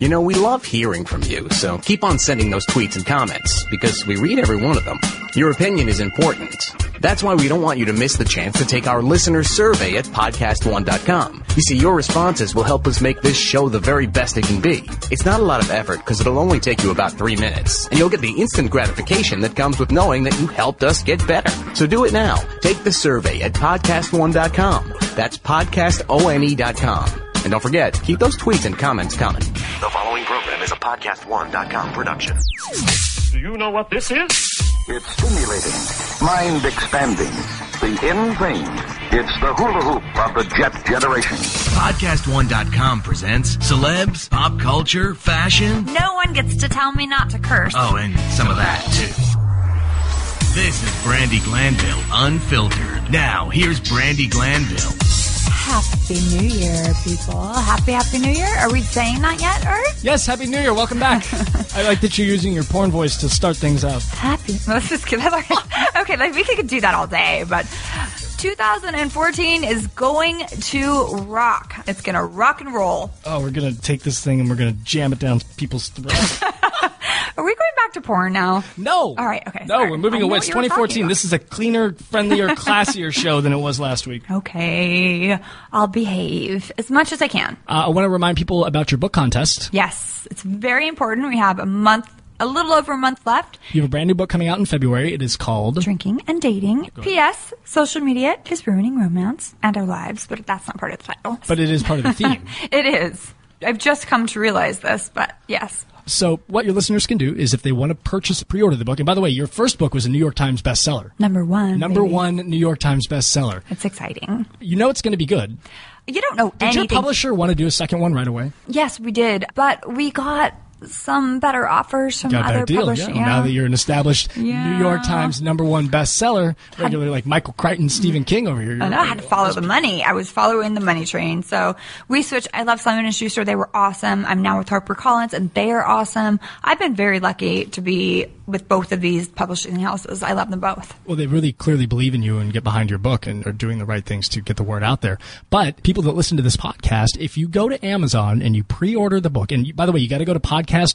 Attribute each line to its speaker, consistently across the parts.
Speaker 1: You know, we love hearing from you, so keep on sending those tweets and comments because we read every one of them. Your opinion is important. That's why we don't want you to miss the chance to take our listener survey at podcast1.com. You see, your responses will help us make this show the very best it can be. It's not a lot of effort because it'll only take you about three minutes, and you'll get the instant gratification that comes with knowing that you helped us get better. So do it now. Take the survey at podcast1.com. That's podcastone.com. And don't forget, keep those tweets and comments coming.
Speaker 2: The following program is a podcast1.com production.
Speaker 3: Do you know what this is?
Speaker 4: It's stimulating, mind expanding, the in thing. It's the hula hoop of the jet generation.
Speaker 1: Podcast1.com presents celebs, pop culture, fashion.
Speaker 5: No one gets to tell me not to curse.
Speaker 1: Oh, and some of that, too. This is Brandy Glanville, unfiltered. Now, here's Brandy Glanville.
Speaker 5: Happy New Year, people. Happy, happy New Year. Are we saying that yet, or?
Speaker 6: Yes, Happy New Year. Welcome back. I like that you're using your porn voice to start things out.
Speaker 5: Happy. Let's just get that. okay, like we could do that all day, but 2014 is going to rock. It's going to rock and roll.
Speaker 6: Oh, we're going to take this thing and we're going to jam it down people's throats.
Speaker 5: Are we going back to porn now?
Speaker 6: No.
Speaker 5: All right, okay,
Speaker 6: No,
Speaker 5: sorry.
Speaker 6: we're moving
Speaker 5: I know
Speaker 6: away.
Speaker 5: what
Speaker 6: It's
Speaker 5: you were talking
Speaker 6: 2014.
Speaker 5: about.
Speaker 6: This is a cleaner, friendlier, classier show than it was last week. Uh,
Speaker 5: Okay, I'll behave as much as I can.
Speaker 6: Uh, I want to remind people about your book contest.
Speaker 5: Yes, it's very important. We have a month, a little over a month left.
Speaker 6: You have a brand new book coming out in February. It is called
Speaker 5: drinking and dating. P.S. Social media is ruining romance and our lives, but that's not part of the title.
Speaker 6: But it is part of the theme.
Speaker 5: it is. I've just come to realize this, but yes.
Speaker 6: so, what your listeners can do is if they want to purchase, pre order the book. And by the way, your first book was a New York Times bestseller.
Speaker 5: Number one.
Speaker 6: Number
Speaker 5: baby.
Speaker 6: one New York Times bestseller.
Speaker 5: It's exciting.
Speaker 6: You know it's going to be good.
Speaker 5: You don't know
Speaker 6: Did your
Speaker 5: anything.
Speaker 6: publisher want to do a second one right away?
Speaker 5: yes, we did, but we got some better offers from
Speaker 6: got a
Speaker 5: other
Speaker 6: better deal.
Speaker 5: publishers.
Speaker 6: Yeah. Now that you're an established New York
Speaker 5: Yeah.
Speaker 6: Times number one bestseller, regularly like Michael Crichton, Stephen King over here.
Speaker 5: I know I had to follow the money. I was following the money train. So we switched. I love Simon and Schuster. They were awesome. I'm now with HarperCollins, and they are awesome. I've been very lucky to be with both of these publishing houses. I love them both.
Speaker 6: Well, they really clearly believe in you and get behind your book and are doing the right things to get the word out there. But people that listen to this podcast, if you go to Amazon and you pre-order the book, and you, by the way, you got to go to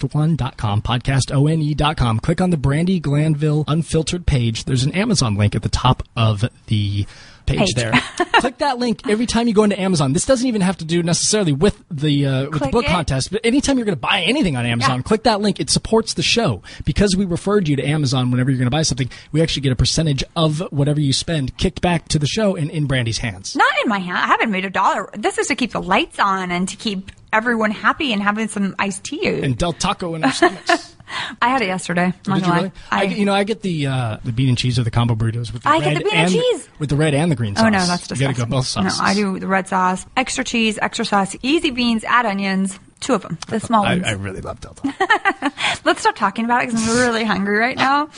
Speaker 6: podcast1.com, podcastone.com, E click on the Brandy Glanville Unfiltered page. There's an Amazon link at the top of the page,
Speaker 5: Page.
Speaker 6: there. click that link every time you go into Amazon. This doesn't even have to do necessarily with the uh, with the
Speaker 5: Click
Speaker 6: book
Speaker 5: it.
Speaker 6: contest, but anytime you're going to buy anything on Amazon,
Speaker 5: Yeah.
Speaker 6: click that link. It supports the show because we referred you to Amazon. Whenever you're going to buy something, we actually get a percentage of whatever you spend kicked back to the show and in Brandy's hands.
Speaker 5: Not in my hand. I haven't made a dollar. This is to keep the lights on and to keep everyone happy and having some iced tea.
Speaker 6: And Del Taco in our stomachs.
Speaker 5: I had it yesterday. I'm not
Speaker 6: Did you
Speaker 5: gonna lie.
Speaker 6: really? I, get- you know, I get the uh, the bean and cheese or the combo burritos with the
Speaker 5: I
Speaker 6: red
Speaker 5: get the bean and cheese.
Speaker 6: with the red and the green sauce.
Speaker 5: Oh no, that's disgusting.
Speaker 6: You got to go both sauces.
Speaker 5: No, I do the red sauce, extra cheese, extra sauce, easy beans, add onions, two of them, the small
Speaker 6: I,
Speaker 5: ones.
Speaker 6: I really love Del Taco.
Speaker 5: Let's stop talking about it because I'm really hungry right now.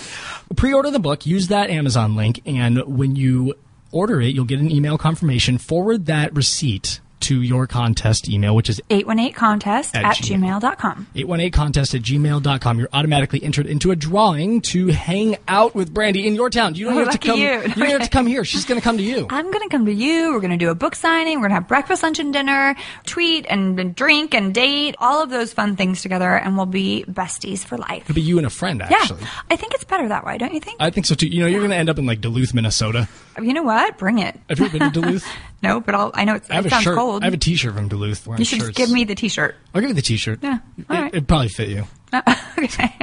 Speaker 6: pre-order the book use that amazon link and when you order it you'll get an email confirmation forward that receipt to your contest email which is
Speaker 5: 818 contest
Speaker 6: At
Speaker 5: at,
Speaker 6: gmail.
Speaker 5: gmail. gmail.com.
Speaker 6: 818contest at gmail.com you're automatically entered into a drawing to hang out with brandy in your town you don't
Speaker 5: Oh,
Speaker 6: have to
Speaker 5: lucky
Speaker 6: come
Speaker 5: you.
Speaker 6: you don't have to come here she's going to come to you
Speaker 5: I'm going to come to you. We're going to do a book signing. We're going to have breakfast, lunch, and dinner, tweet and drink and date, all of those fun things together, and we'll be besties for life.
Speaker 6: it'll be you and a friend
Speaker 5: Yeah.
Speaker 6: actually
Speaker 5: I think it's better that way, don't you think?
Speaker 6: i think so too you know you're going to end up in like duluth minnesota
Speaker 5: you know what? Bring it.
Speaker 6: have you ever been to duluth
Speaker 5: No, but I'll, I know it's,
Speaker 6: i have
Speaker 5: it
Speaker 6: a
Speaker 5: sounds
Speaker 6: shirt
Speaker 5: cold.
Speaker 6: i have a t-shirt from duluth wearing
Speaker 5: you should
Speaker 6: shirts.
Speaker 5: just give me the t shirt.
Speaker 6: i'll give you the t-shirt
Speaker 5: Yeah,
Speaker 6: it,
Speaker 5: all right.
Speaker 6: it'd probably fit you
Speaker 5: okay.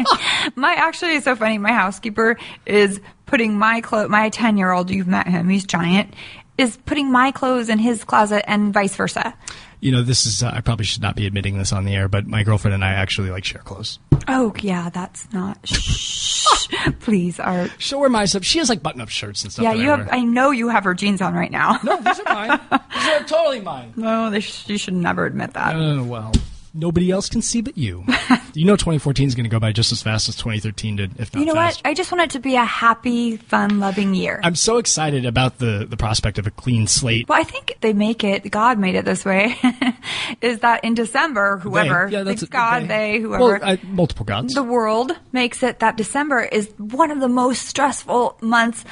Speaker 5: my actually it's so funny. My housekeeper is putting my clothes. My ten year old, you've met him. He's giant. Is putting my clothes in his closet and vice versa.
Speaker 6: you know this is uh, i probably should not be admitting this on the air but my girlfriend and i actually like share clothes
Speaker 5: Oh yeah, that's not. Shh, please, Art.
Speaker 6: she'll wear my stuff she has like button-up shirts and stuff
Speaker 5: Yeah,
Speaker 6: that
Speaker 5: you
Speaker 6: I
Speaker 5: have.
Speaker 6: wear.
Speaker 5: I know you have her jeans on right now.
Speaker 6: no these are mine these are totally mine
Speaker 5: No, they sh- you should never admit that.
Speaker 6: oh well nobody else can see but you you know 2014 is going to go by just as fast as 2013 did if not
Speaker 5: you know
Speaker 6: fast.
Speaker 5: what? I just want it to be a happy, fun, loving year.
Speaker 6: i'm so excited about the the prospect of a clean slate
Speaker 5: well, I think they make it. God made it this way. is that in December, whoever,
Speaker 6: They. Yeah, that's a-
Speaker 5: God, they, whoever,
Speaker 6: Well, I- multiple gods.
Speaker 5: the world makes it that December is one of the most stressful months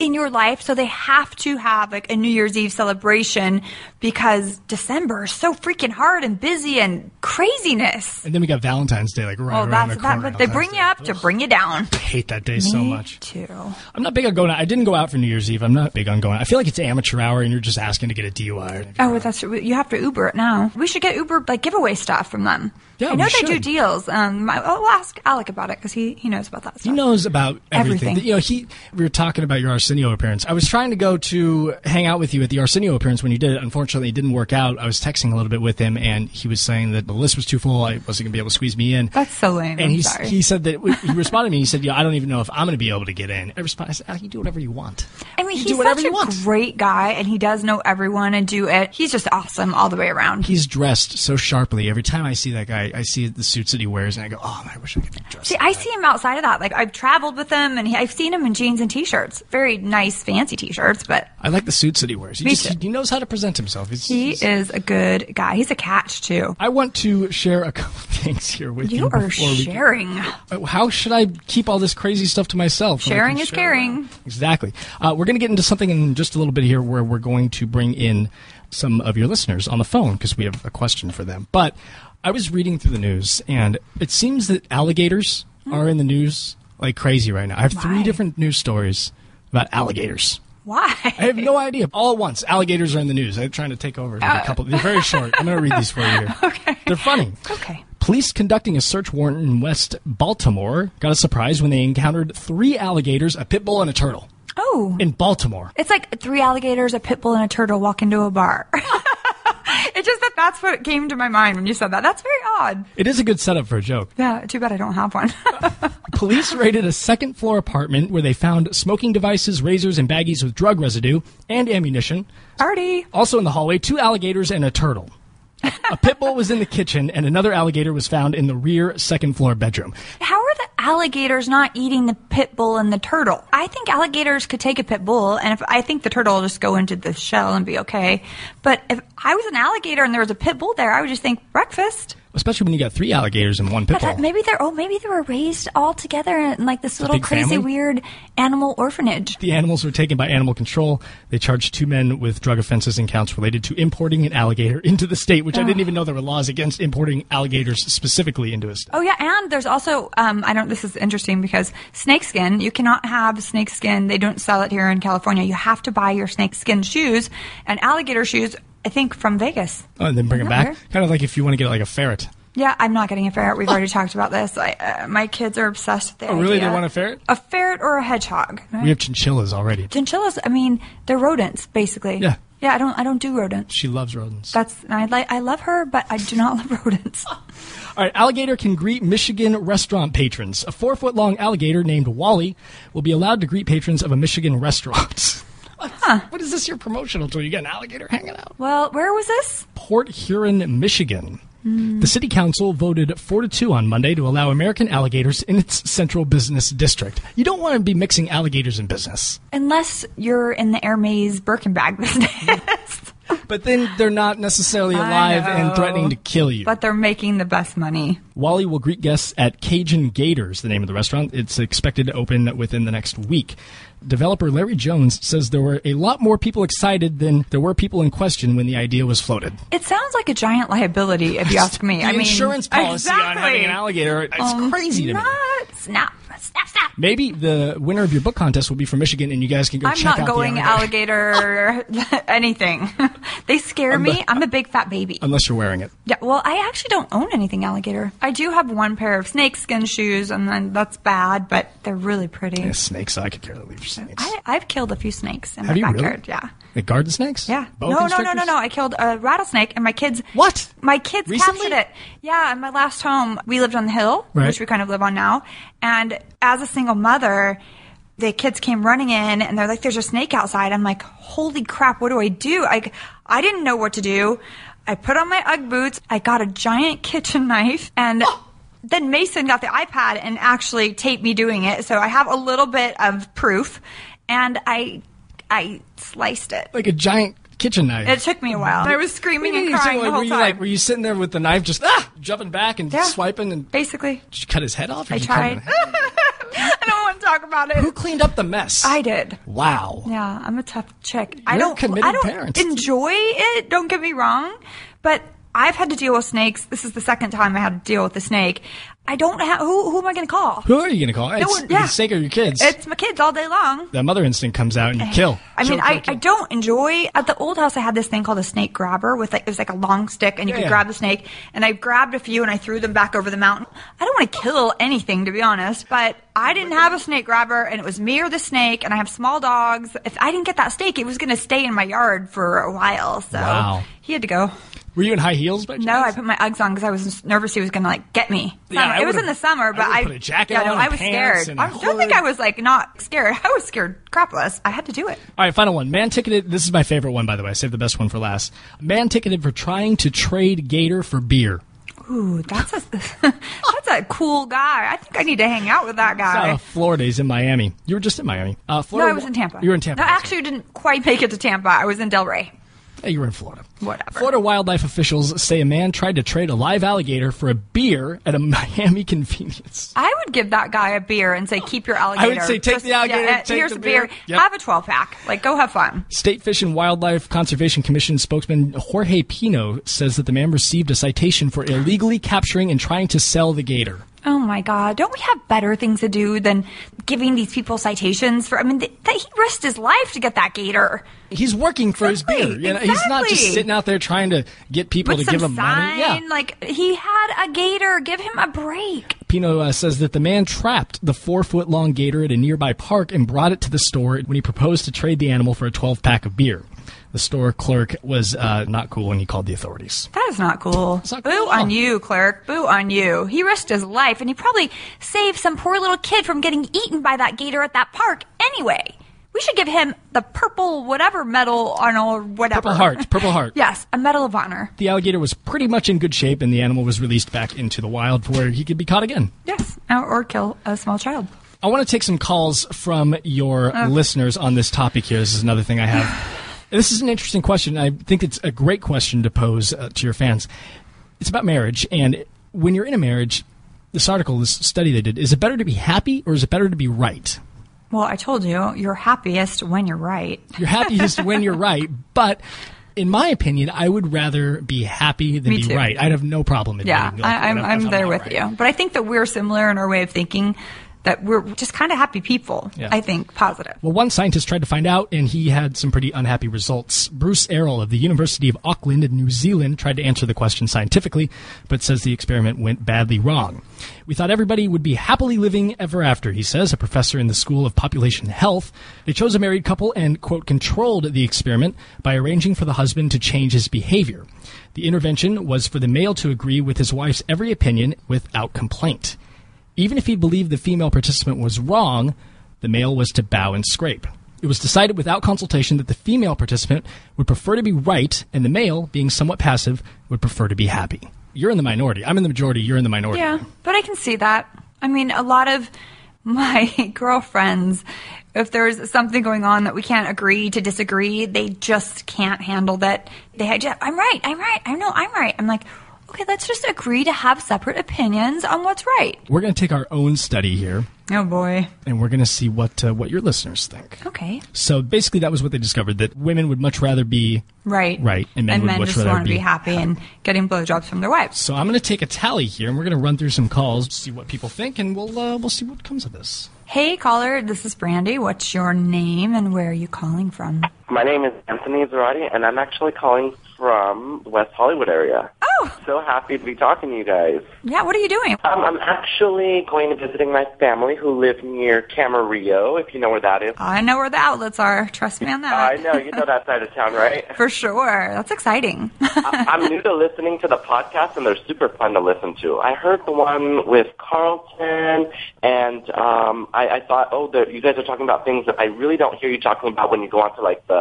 Speaker 5: in your life. So they have to have like a New Year's Eve celebration because December is so freaking hard and busy and craziness.
Speaker 6: And then we got Valentine's Day, like right
Speaker 5: Well,
Speaker 6: around
Speaker 5: that's
Speaker 6: the
Speaker 5: that,
Speaker 6: corner.
Speaker 5: but they bring you up to bring you down.
Speaker 6: I hate that day so
Speaker 5: Me
Speaker 6: much.
Speaker 5: too.
Speaker 6: I'm not big on going. out. I didn't go out for New Year's Eve. I'm not big on going. out. I feel like it's amateur hour, and you're just asking to get a DUI.
Speaker 5: Oh, well, that's you have to Uber it now. We should get Uber like giveaway stuff from them.
Speaker 6: Yeah,
Speaker 5: I know
Speaker 6: we
Speaker 5: they do
Speaker 6: should.
Speaker 5: deals. Um, I, I'll ask Alec about it because he he knows about that stuff.
Speaker 6: He knows about everything.
Speaker 5: Everything.
Speaker 6: You know, he. We were talking about your Arsenio appearance. I was trying to go to hang out with you at the Arsenio appearance when you did it. Unfortunately, it didn't work out. I was texting a little bit with him, and he was saying that the list was too full. I wasn't going to be able to squeeze me in.
Speaker 5: That's so lame.
Speaker 6: And
Speaker 5: I'm
Speaker 6: he
Speaker 5: sorry.
Speaker 6: he said that he responded to me. He said, "Yeah, I don't even know if I'm going to be able to get in." I responded, I said, "Ah, "You do whatever you want."
Speaker 5: I mean,
Speaker 6: you
Speaker 5: he's
Speaker 6: do whatever
Speaker 5: such
Speaker 6: you
Speaker 5: a
Speaker 6: want.
Speaker 5: great guy, and he does know everyone and do it. He's just awesome all the way around.
Speaker 6: He's dressed so sharply. Every time I see that guy, I see the suits that he wears, and I go, "Oh, I wish I could be dressed."
Speaker 5: See, I see him outside of that. Like I've traveled with him, and he, I've seen him in jeans and t-shirts, very nice, fancy t-shirts. But
Speaker 6: I like the suits that he wears. He,
Speaker 5: Me
Speaker 6: just,
Speaker 5: too.
Speaker 6: he knows how to present himself. He's,
Speaker 5: he
Speaker 6: he's-
Speaker 5: is a good guy. He's a catch too.
Speaker 6: I want to share a couple things here with you.
Speaker 5: You are
Speaker 6: before we-
Speaker 5: sharing.
Speaker 6: How should I keep all this crazy stuff to myself? when I
Speaker 5: Sharing
Speaker 6: can
Speaker 5: is
Speaker 6: share
Speaker 5: caring.
Speaker 6: around? Exactly. Uh, we're going to get into something in just a little bit here where we're going to bring in some of your listeners on the phone because we have a question for them. But I was reading through the news and it seems that alligators are in the news like crazy right now. I have three
Speaker 5: Hmm. Why?
Speaker 6: different news stories about alligators.
Speaker 5: Why?
Speaker 6: I have no idea. All at once, alligators are in the news. I'm trying to take over.
Speaker 5: Uh,
Speaker 6: A couple. They're very short. I'm going to read these for you. Here. Okay. They're funny.
Speaker 5: Okay.
Speaker 6: Police conducting a search warrant in West Baltimore got a surprise when they encountered three alligators, a pit bull, and a turtle
Speaker 5: Oh,
Speaker 6: in Baltimore.
Speaker 5: it's like three alligators, a pit bull, and a turtle walk into a bar. It's just that that's what came to my mind when you said that. That's very odd.
Speaker 6: It is a good setup for a joke.
Speaker 5: Yeah, too bad I don't have one.
Speaker 6: Police raided a second floor apartment where they found smoking devices, razors, and baggies with drug residue and ammunition.
Speaker 5: Party.
Speaker 6: Also in the hallway, two alligators and a turtle. A pit bull was in the kitchen, and another alligator was found in the rear second floor bedroom.
Speaker 5: How are the alligators not eating the pit bull and the turtle? I think alligators could take a pit bull, and if I think the turtle will just go into the shell and be okay. But if I was an alligator and there was a pit bull there, I would just think breakfast.
Speaker 6: especially when you got three alligators and one pit
Speaker 5: But that,
Speaker 6: bull.
Speaker 5: maybe they're oh, maybe they were raised all together in like this little
Speaker 6: big
Speaker 5: crazy
Speaker 6: family?
Speaker 5: weird animal orphanage.
Speaker 6: The animals were taken by animal control. They charged two men with drug offenses and counts related to importing an alligator into the state, which I didn't even know there were laws against importing alligators specifically into a state.
Speaker 5: Oh yeah, and there's also um, I don't. This is interesting because snakeskin. You cannot have snakeskin. They don't sell it here in California. You have to buy your snakeskin shoes and alligator shoes. I think from Vegas.
Speaker 6: Oh, and then bring them
Speaker 5: Not
Speaker 6: back.
Speaker 5: fair.
Speaker 6: Kind of like if you want to get like a ferret.
Speaker 5: Yeah, I'm not getting a ferret. We've already talked about this. I, uh, my kids are obsessed with the
Speaker 6: Oh, really? They
Speaker 5: idea.
Speaker 6: want a ferret?
Speaker 5: A ferret or a hedgehog. right?
Speaker 6: We have chinchillas already.
Speaker 5: Chinchillas. I mean, they're rodents, basically.
Speaker 6: Yeah.
Speaker 5: Yeah. I don't. I don't do rodents.
Speaker 6: She loves rodents.
Speaker 5: That's. I like. I love her, but I do not love rodents.
Speaker 6: All right, alligator can greet Michigan restaurant patrons. A four foot long alligator named Wally will be allowed to greet patrons of a Michigan restaurant. What is this your promotional tool? You got an alligator hanging out?
Speaker 5: well, where was this?
Speaker 6: Port Huron, Michigan. The city council voted 4 to 2 on Monday to allow American alligators in its central business district. You don't want to be mixing alligators in business.
Speaker 5: Unless you're in the Air Maze Birkenbag business,
Speaker 6: But then they're not necessarily alive and
Speaker 5: know.
Speaker 6: threatening to kill you.
Speaker 5: but they're making the best money.
Speaker 6: Wally will greet guests at Cajun Gators, the name of the restaurant. It's expected to open within the next week. Developer Larry Jones says there were a lot more people excited than there were people in question when the idea was floated.
Speaker 5: It sounds like a giant liability, if you ask me.
Speaker 6: The
Speaker 5: I mean,
Speaker 6: insurance policy on
Speaker 5: exactly.
Speaker 6: having an alligator, it's
Speaker 5: Um,
Speaker 6: crazy to me.
Speaker 5: nuts. Snap! Snap! Snap!
Speaker 6: Maybe the winner of your book contest will be from Michigan, and you guys can go
Speaker 5: I'm
Speaker 6: check
Speaker 5: not
Speaker 6: out
Speaker 5: going
Speaker 6: the alligator.
Speaker 5: alligator anything. they scare me. I'm a big fat baby.
Speaker 6: unless you're wearing it.
Speaker 5: yeah, well, I actually don't own anything alligator. I do have one pair of snakeskin shoes, and then that's bad, but they're really pretty.
Speaker 6: Yeah, snakes, I could care less for snakes.
Speaker 5: I, I've killed a few snakes in
Speaker 6: Have
Speaker 5: my
Speaker 6: you really?
Speaker 5: backyard. Yeah.
Speaker 6: Like garden snakes?
Speaker 5: Yeah.
Speaker 6: Boa
Speaker 5: no, no, no, no,
Speaker 6: constrictors?
Speaker 5: no. I killed a rattlesnake, and my kids.
Speaker 6: What?
Speaker 5: My kids
Speaker 6: Recently?
Speaker 5: captured it. Yeah, in my last home, we lived on the hill,
Speaker 6: Right.
Speaker 5: which we kind of live on now. And as a single mother, the kids came running in, and they're like, "There's a snake outside." I'm like, "Holy crap! What do I do?" I, I didn't know what to do. I put on my UGG boots. I got a giant kitchen knife, and. Then Mason got the iPad and actually taped me doing it, so I have a little bit of proof, and I, I sliced it.
Speaker 6: Like a giant kitchen knife.
Speaker 5: It took me a while. I was screaming and crying
Speaker 6: like,
Speaker 5: the whole
Speaker 6: were you
Speaker 5: time.
Speaker 6: Like, were you sitting there with the knife just ah, jumping back and
Speaker 5: Yeah.
Speaker 6: swiping and
Speaker 5: Basically,
Speaker 6: Did you cut his head off? Or
Speaker 5: I
Speaker 6: did you cut
Speaker 5: tried.
Speaker 6: him in half?
Speaker 5: I don't want talk about
Speaker 6: Who
Speaker 5: it.
Speaker 6: cleaned up the mess?
Speaker 5: I did.
Speaker 6: Wow.
Speaker 5: Yeah, I'm a tough chick. I
Speaker 6: You're
Speaker 5: don't.
Speaker 6: committed
Speaker 5: I don't
Speaker 6: parents.
Speaker 5: enjoy it. Don't get me wrong, but I've had to deal with snakes. This is the second time I had to deal with a snake. I don't have. Who, who am I going to call?
Speaker 6: Who are you going to call?
Speaker 5: No
Speaker 6: It's,
Speaker 5: one- yeah.
Speaker 6: it's Sega or your kids.
Speaker 5: It's my kids all day long.
Speaker 6: that mother instinct comes out and you kill.
Speaker 5: I mean,
Speaker 6: Kill,
Speaker 5: I,
Speaker 6: kill, kill.
Speaker 5: I don't enjoy. At the old house, I had this thing called a snake grabber with like it was like a long stick, and you
Speaker 6: Yeah.
Speaker 5: could grab the snake. And I grabbed a few and I threw them back over the mountain. I don't want to kill anything, to be honest, but I didn't have a snake grabber, and it was me or the snake. And I have small dogs. If I didn't get that snake, it was going to stay in my yard for a while. So
Speaker 6: Wow.
Speaker 5: he had to go.
Speaker 6: Were you in high heels? By
Speaker 5: No, I
Speaker 6: chance?
Speaker 5: put my Uggs on because I was nervous he was going to like get me.
Speaker 6: Yeah, I
Speaker 5: it was
Speaker 6: would've-
Speaker 5: in the summer, but
Speaker 6: I
Speaker 5: I,
Speaker 6: would've put a jacket
Speaker 5: yeah, no,
Speaker 6: on
Speaker 5: I
Speaker 6: and
Speaker 5: was
Speaker 6: pants
Speaker 5: scared.
Speaker 6: and
Speaker 5: I don't think
Speaker 6: hood.
Speaker 5: I was like not scared. I was scared crapless. I had to do it.
Speaker 6: All right, final one. Man ticketed. This is my favorite one, by the way. I saved the best one for last. Man ticketed for trying to trade Gator for beer.
Speaker 5: Ooh, that's a that's a cool guy. I think I need to hang out with that guy.
Speaker 6: Uh, Florida. He's in Miami. You were just in Miami. Uh,
Speaker 5: no,
Speaker 6: Florida.
Speaker 5: I was in Tampa.
Speaker 6: You were in Tampa.
Speaker 5: No,
Speaker 6: that's
Speaker 5: actually, I didn't quite make it to Tampa. I was in Delray.
Speaker 6: right. Hey, you were in Florida.
Speaker 5: Whatever.
Speaker 6: Florida wildlife officials say a man tried to trade a live alligator for a beer at a Miami convenience.
Speaker 5: I would give that guy a beer and say, "Keep your alligator."
Speaker 6: say, "Take the alligator,
Speaker 5: Yeah,
Speaker 6: take
Speaker 5: here's
Speaker 6: the
Speaker 5: a beer.
Speaker 6: beer." Yep.
Speaker 5: Have a twelve pack. Like, go have fun.
Speaker 6: State Fish and Wildlife Conservation Commission spokesman Jorge Pino says that the man received a citation for illegally capturing and trying to sell the gator.
Speaker 5: Oh my God! Don't we have better things to do than giving these people citations for? I mean, th- that he risked his life to get that gator.
Speaker 6: He's working for his
Speaker 5: Exactly,
Speaker 6: beer. You know, He's not just
Speaker 5: exactly.
Speaker 6: sitting out there trying to get people
Speaker 5: With
Speaker 6: to
Speaker 5: some
Speaker 6: give him
Speaker 5: sign,
Speaker 6: money. Yeah.
Speaker 5: like he had a gator. Give him a break.
Speaker 6: Pino uh, says that the man trapped the four foot long gator at a nearby park and brought it to the store when he proposed to trade the animal for a 12 pack of beer. The store clerk was uh, not cool and he called the authorities.
Speaker 5: That is not cool.
Speaker 6: not
Speaker 5: Boo
Speaker 6: cool at all.
Speaker 5: on you, clerk. Boo on you. He risked his life and he probably saved some poor little kid from getting eaten by that gator at that park anyway. We should give him the purple whatever medal on or whatever.
Speaker 6: Purple Heart, Purple Heart.
Speaker 5: yes, a medal of honor.
Speaker 6: The alligator was pretty much in good shape and the animal was released back into the wild where he could be caught again.
Speaker 5: Yes. Or, or kill a small child.
Speaker 6: I want to take some calls from your
Speaker 5: Uh.
Speaker 6: listeners on this topic here. This is another thing I have. this is an interesting question. I think it's a great question to pose uh, to your fans. It's about marriage, and when you're in a marriage, this article, this study they did, is it better to be happy or is it better to be right?
Speaker 5: Well, I told you, you're happiest when you're right.
Speaker 6: You're happiest when you're right, but in my opinion, I would rather be happy than
Speaker 5: Me
Speaker 6: be
Speaker 5: too.
Speaker 6: right. I'd have no problem admitting.
Speaker 5: Yeah,
Speaker 6: like,
Speaker 5: I, I'm,
Speaker 6: if
Speaker 5: I'm there
Speaker 6: not
Speaker 5: with
Speaker 6: right.
Speaker 5: you. But I think that we're similar in our way of thinking, that we're just kind of happy people.
Speaker 6: Yeah.
Speaker 5: I think positive.
Speaker 6: Well, one scientist tried to find out, and he had some pretty unhappy results. Bruce Errol of the University of Auckland in New Zealand tried to answer the question scientifically, but says the experiment went badly wrong. We thought everybody would be happily living ever after, he says, a professor in the School of Population Health. They chose a married couple and, quote, controlled the experiment by arranging for the husband to change his behavior. The intervention was for the male to agree with his wife's every opinion without complaint. Even if he believed the female participant was wrong, the male was to bow and scrape. It was decided without consultation that the female participant would prefer to be right, and the male, being somewhat passive, would prefer to be happy. You're in the minority. I'm in the majority. You're in the minority.
Speaker 5: Yeah, but I can see that. I mean, a lot of my girlfriends, if there's something going on that we can't agree to disagree, they just can't handle that. They had, yeah, I'm right, I'm right, I know I'm right. I'm like, okay, let's just agree to have separate opinions on what's right.
Speaker 6: We're going to take our own study here,
Speaker 5: Oh boy.
Speaker 6: and we're going to see what uh, what your listeners think.
Speaker 5: Okay.
Speaker 6: So basically, that was what they discovered: that women would much rather be
Speaker 5: Right.
Speaker 6: Right, and men would much
Speaker 5: just
Speaker 6: rather
Speaker 5: want to
Speaker 6: be
Speaker 5: be happy and getting blowjobs from their wives.
Speaker 6: So I'm going to take a tally here, and we're going to run through some calls, see what people think, and we'll uh, we'll see what comes of this.
Speaker 5: Hey, caller, this is Brandy. What's your name and where are you calling from?
Speaker 7: My name is Anthony Zarati, and I'm actually calling from the West Hollywood area.
Speaker 5: Oh,
Speaker 7: So happy to be talking to you guys.
Speaker 5: yeah, what are you doing?
Speaker 7: Um, I'm actually going to visiting my family who live near Camarillo, if you know where that is.
Speaker 5: I know where the outlets are. Trust me on that.
Speaker 7: I know, you know that side of town, right?
Speaker 5: For sure. That's exciting.
Speaker 7: I- I'm new to listening to the podcast, and they're super fun to listen to. I heard the one with Carlton, and um, I, I thought, oh, the, you guys are talking about things that I really don't hear you talking about when you go on to like the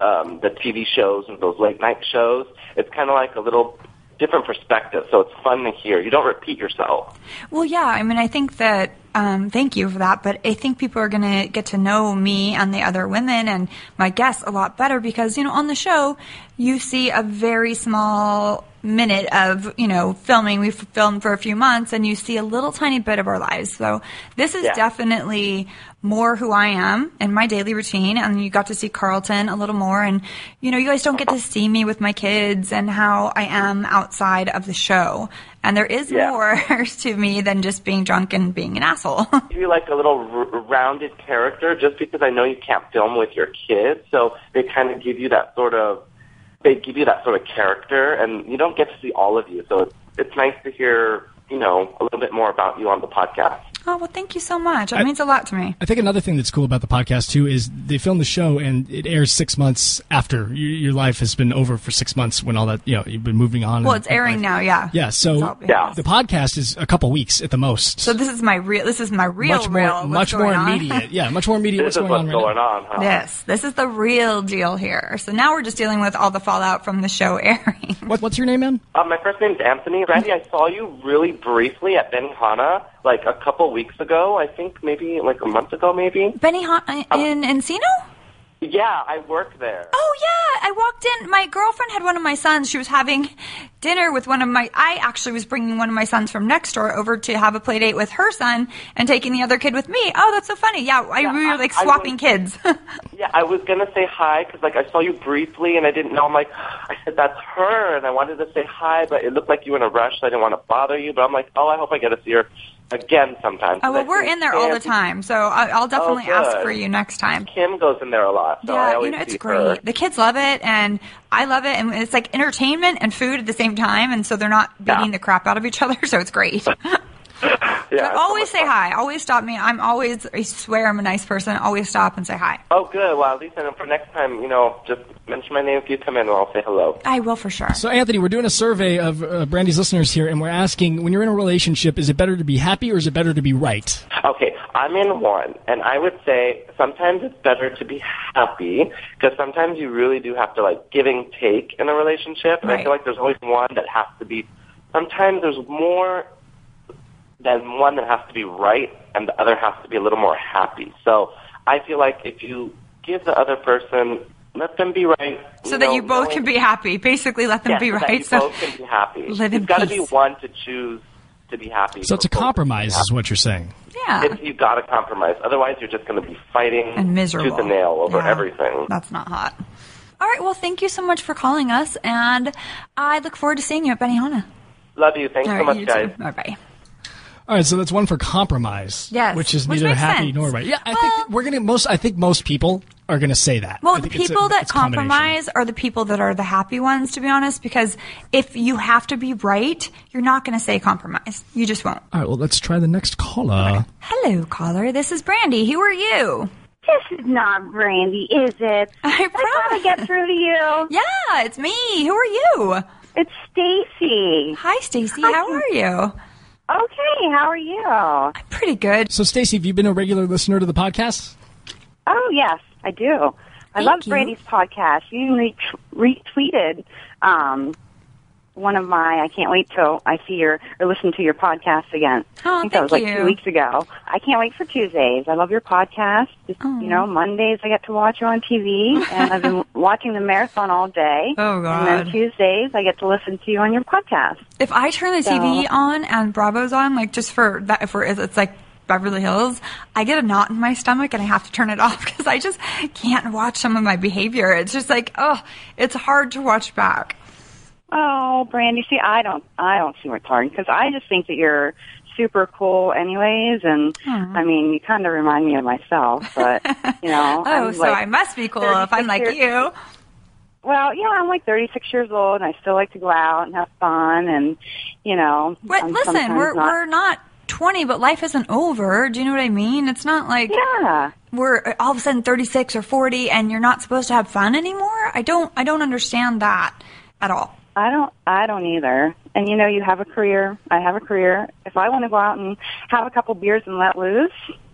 Speaker 7: um, the TV shows and those late night shows. It's kind of like a little different perspective, so it's fun to hear. You don't repeat yourself.
Speaker 5: well, yeah, I mean, I think that, um, thank you for that, but I think people are going to get to know me and the other women and my guests a lot better because, you know, on the show, you see a very small minute of you know filming. We filmed for a few months, and you see a little tiny bit of our lives. So this is
Speaker 8: Yeah.
Speaker 5: definitely more who I am in my daily routine. And you got to see Carlton a little more, and you know you guys don't get to see me with my kids and how I am outside of the show. And there is
Speaker 8: Yeah.
Speaker 5: more to me than just being drunk and being an asshole. Oh,
Speaker 8: you like a little r- rounded character just because I know you can't film with your kids, so they kind of give you that sort of they give you that sort of character, and you don't get to see all of you, so it's it's nice to hear you know a little bit more about you on the podcast.
Speaker 5: oh well, thank you so much. It means a lot to me.
Speaker 6: I think another thing that's cool about the podcast too is they film the show and it airs six months after your, your life has been over for six months when all that you know you've been moving on.
Speaker 5: Well,
Speaker 6: and-
Speaker 5: it's airing now. Yeah.
Speaker 6: Yeah, so
Speaker 5: all behind.
Speaker 6: the podcast is a couple weeks at the most.
Speaker 5: So this is my real. This is my real.
Speaker 6: much
Speaker 5: real
Speaker 6: more,
Speaker 5: what's
Speaker 6: much more
Speaker 5: going on.
Speaker 6: immediate. Yeah, much more immediate.
Speaker 8: This
Speaker 6: what's
Speaker 8: is
Speaker 6: going
Speaker 8: what's
Speaker 6: on right
Speaker 8: going
Speaker 6: now.
Speaker 8: on, huh?
Speaker 5: Yes, this is the real deal here. So now we're just dealing with all the fallout from the show airing.
Speaker 6: What, what's your name, man?
Speaker 8: Uh, my first name's Anthony. Randy, I saw you really briefly at Benihana like a couple weeks ago. I think maybe like a month ago, maybe.
Speaker 5: Benny ha-
Speaker 6: Oh.
Speaker 5: in Encino?
Speaker 8: Yeah, I work there.
Speaker 5: Oh yeah, I walked in. My girlfriend had one of my sons. She was having dinner with one of my. I actually was bringing one of my sons from next door over to have a play date with her son and taking the other kid with me. Oh, that's so funny. Yeah, I, we were
Speaker 8: I-
Speaker 5: like
Speaker 8: I
Speaker 5: swapping
Speaker 8: was-
Speaker 5: kids. Uh,
Speaker 8: Yeah, I was gonna say hi 'cause like I saw you briefly and I didn't know. I'm like, I said that's her, and I wanted to say hi, but it looked like you were in a rush, so I didn't want to bother you. But I'm like, oh, I hope I get to see her again sometime.
Speaker 5: oh well,
Speaker 8: Next
Speaker 5: we're
Speaker 8: week.
Speaker 5: in there all the
Speaker 8: And
Speaker 5: time, so I, I'll definitely ask for
Speaker 8: Oh, good.
Speaker 5: you next time.
Speaker 8: Kim goes in there a lot, so I
Speaker 5: yeah, you
Speaker 8: always
Speaker 5: know it's
Speaker 8: see
Speaker 5: great.
Speaker 8: her.
Speaker 5: The kids love it, and I love it, and it's like entertainment and food at the same time, and so they're not beating
Speaker 8: Yeah.
Speaker 5: the crap out of each other, so it's great.
Speaker 8: Yeah,
Speaker 5: But
Speaker 8: it's
Speaker 5: always
Speaker 8: so
Speaker 5: say
Speaker 8: much fun.
Speaker 5: hi. Always stop me. I'm always, I swear, I'm a nice person. Always stop and say hi.
Speaker 8: Oh, good. Well, at least I know for next time, you know, just mention my name if you come in, and I'll say hello.
Speaker 5: I will for sure.
Speaker 6: So, Anthony, we're doing a survey of uh, Brandy's listeners here, and we're asking: when you're in a relationship, is it better to be happy or is it better to be right?
Speaker 8: Okay, I'm in one, and I would say sometimes it's better to be happy because sometimes you really do have to like give and take in a relationship, and I
Speaker 5: Right.
Speaker 8: feel like there's always one that has to be. Sometimes there's more than one that has to be right, and the other has to be a little more happy. So I feel like if you give the other person, let them be right,
Speaker 5: so that
Speaker 8: know,
Speaker 5: you both
Speaker 8: knowing-
Speaker 5: can be happy. Basically, let them
Speaker 8: Yes,
Speaker 5: be
Speaker 8: so that
Speaker 5: right.
Speaker 8: You
Speaker 5: So
Speaker 8: both can be happy.
Speaker 5: live in
Speaker 8: There's gotta be
Speaker 5: peace.
Speaker 8: one to choose to be happy.
Speaker 6: So it's a
Speaker 8: for both to be
Speaker 6: compromise,
Speaker 8: happy
Speaker 6: is what you're saying.
Speaker 5: yeah,
Speaker 8: it's, you got to compromise. Otherwise, you're just going to be fighting
Speaker 5: and miserable.
Speaker 8: tooth and nail over
Speaker 5: Yeah.
Speaker 8: everything.
Speaker 5: That's not hot. All right. Well, thank you so much for calling us, and I look forward to seeing you at Benihana.
Speaker 8: Love you. Thanks
Speaker 5: All
Speaker 8: so
Speaker 5: right,
Speaker 8: much,
Speaker 5: you
Speaker 8: guys.
Speaker 5: too. Bye bye.
Speaker 6: All right, so that's one for compromise.
Speaker 5: Yes,
Speaker 6: which is
Speaker 5: which
Speaker 6: neither
Speaker 5: makes
Speaker 6: happy
Speaker 5: sense.
Speaker 6: nor right. Yeah, I
Speaker 5: Well-
Speaker 6: think we're gonna most. I think most people are gonna say that. I
Speaker 5: Well, the
Speaker 6: think it's a-
Speaker 5: people that
Speaker 6: it's a combination.
Speaker 5: compromise are the people that are the happy ones, to be honest, because if you have to be right, you're not going to say compromise. You just won't.
Speaker 6: All right, well, let's try the next caller.
Speaker 5: Hello, caller. This is Brandy. Who are you?
Speaker 4: This is not Brandy, is it?
Speaker 5: I
Speaker 4: I
Speaker 5: promise.
Speaker 4: gotta get through to you.
Speaker 5: Yeah, it's me. Who are you?
Speaker 4: It's Stacy.
Speaker 5: Hi, Stacy. How are you?
Speaker 4: Okay, how are you?
Speaker 5: I'm pretty good.
Speaker 6: So, Stacy, have you been a regular listener to the podcast?
Speaker 4: Oh yes, I do. I
Speaker 5: Thank
Speaker 4: love
Speaker 5: you.
Speaker 4: Brandy's podcast. You even re- retweeted um, one of my. I can't wait till I see your or listen to your podcast again.
Speaker 5: Oh,
Speaker 4: I think that was
Speaker 5: thank
Speaker 4: like
Speaker 5: you.
Speaker 4: two weeks ago. I can't wait for Tuesdays. I love your podcast. Just, you know, Mondays I get to watch you on TV, and I've been watching the marathon all day.
Speaker 5: Oh,
Speaker 4: And
Speaker 5: God.
Speaker 4: then Tuesdays I get to listen to you on your podcast.
Speaker 5: If I turn the TV
Speaker 4: So-
Speaker 5: on and Bravo's on, like just for that, for it's like Beverly Hills, I get a knot in my stomach and I have to turn it off because I just can't watch some of my behavior. It's just like, oh, it's hard to watch back.
Speaker 4: Oh, Brandy, see, I don't, I don't see what's hard because I just think that you're super cool, anyways. And
Speaker 5: Hmm.
Speaker 4: I mean, you kind of remind me of myself, but you know,
Speaker 5: Oh,
Speaker 4: I'm
Speaker 5: so
Speaker 4: like,
Speaker 5: I must be cool if
Speaker 4: 36
Speaker 5: I'm like
Speaker 4: years-
Speaker 5: you.
Speaker 4: Well, yeah, I'm like 36 years old, and I still like to go out and have fun, and you know,
Speaker 5: But
Speaker 4: I'm
Speaker 5: listen,
Speaker 4: sometimes
Speaker 5: we're
Speaker 4: not-
Speaker 5: we're not 20, but life isn't over. Do you know what I mean? It's not like
Speaker 4: yeah.
Speaker 5: we're uh, all of a sudden 36 or 40 and you're not supposed to have fun anymore. I don't I don't understand that at all.
Speaker 4: I don't. I don't either. And you know, you have a career. I have a career. If I want to go out and have a couple beers and let loose,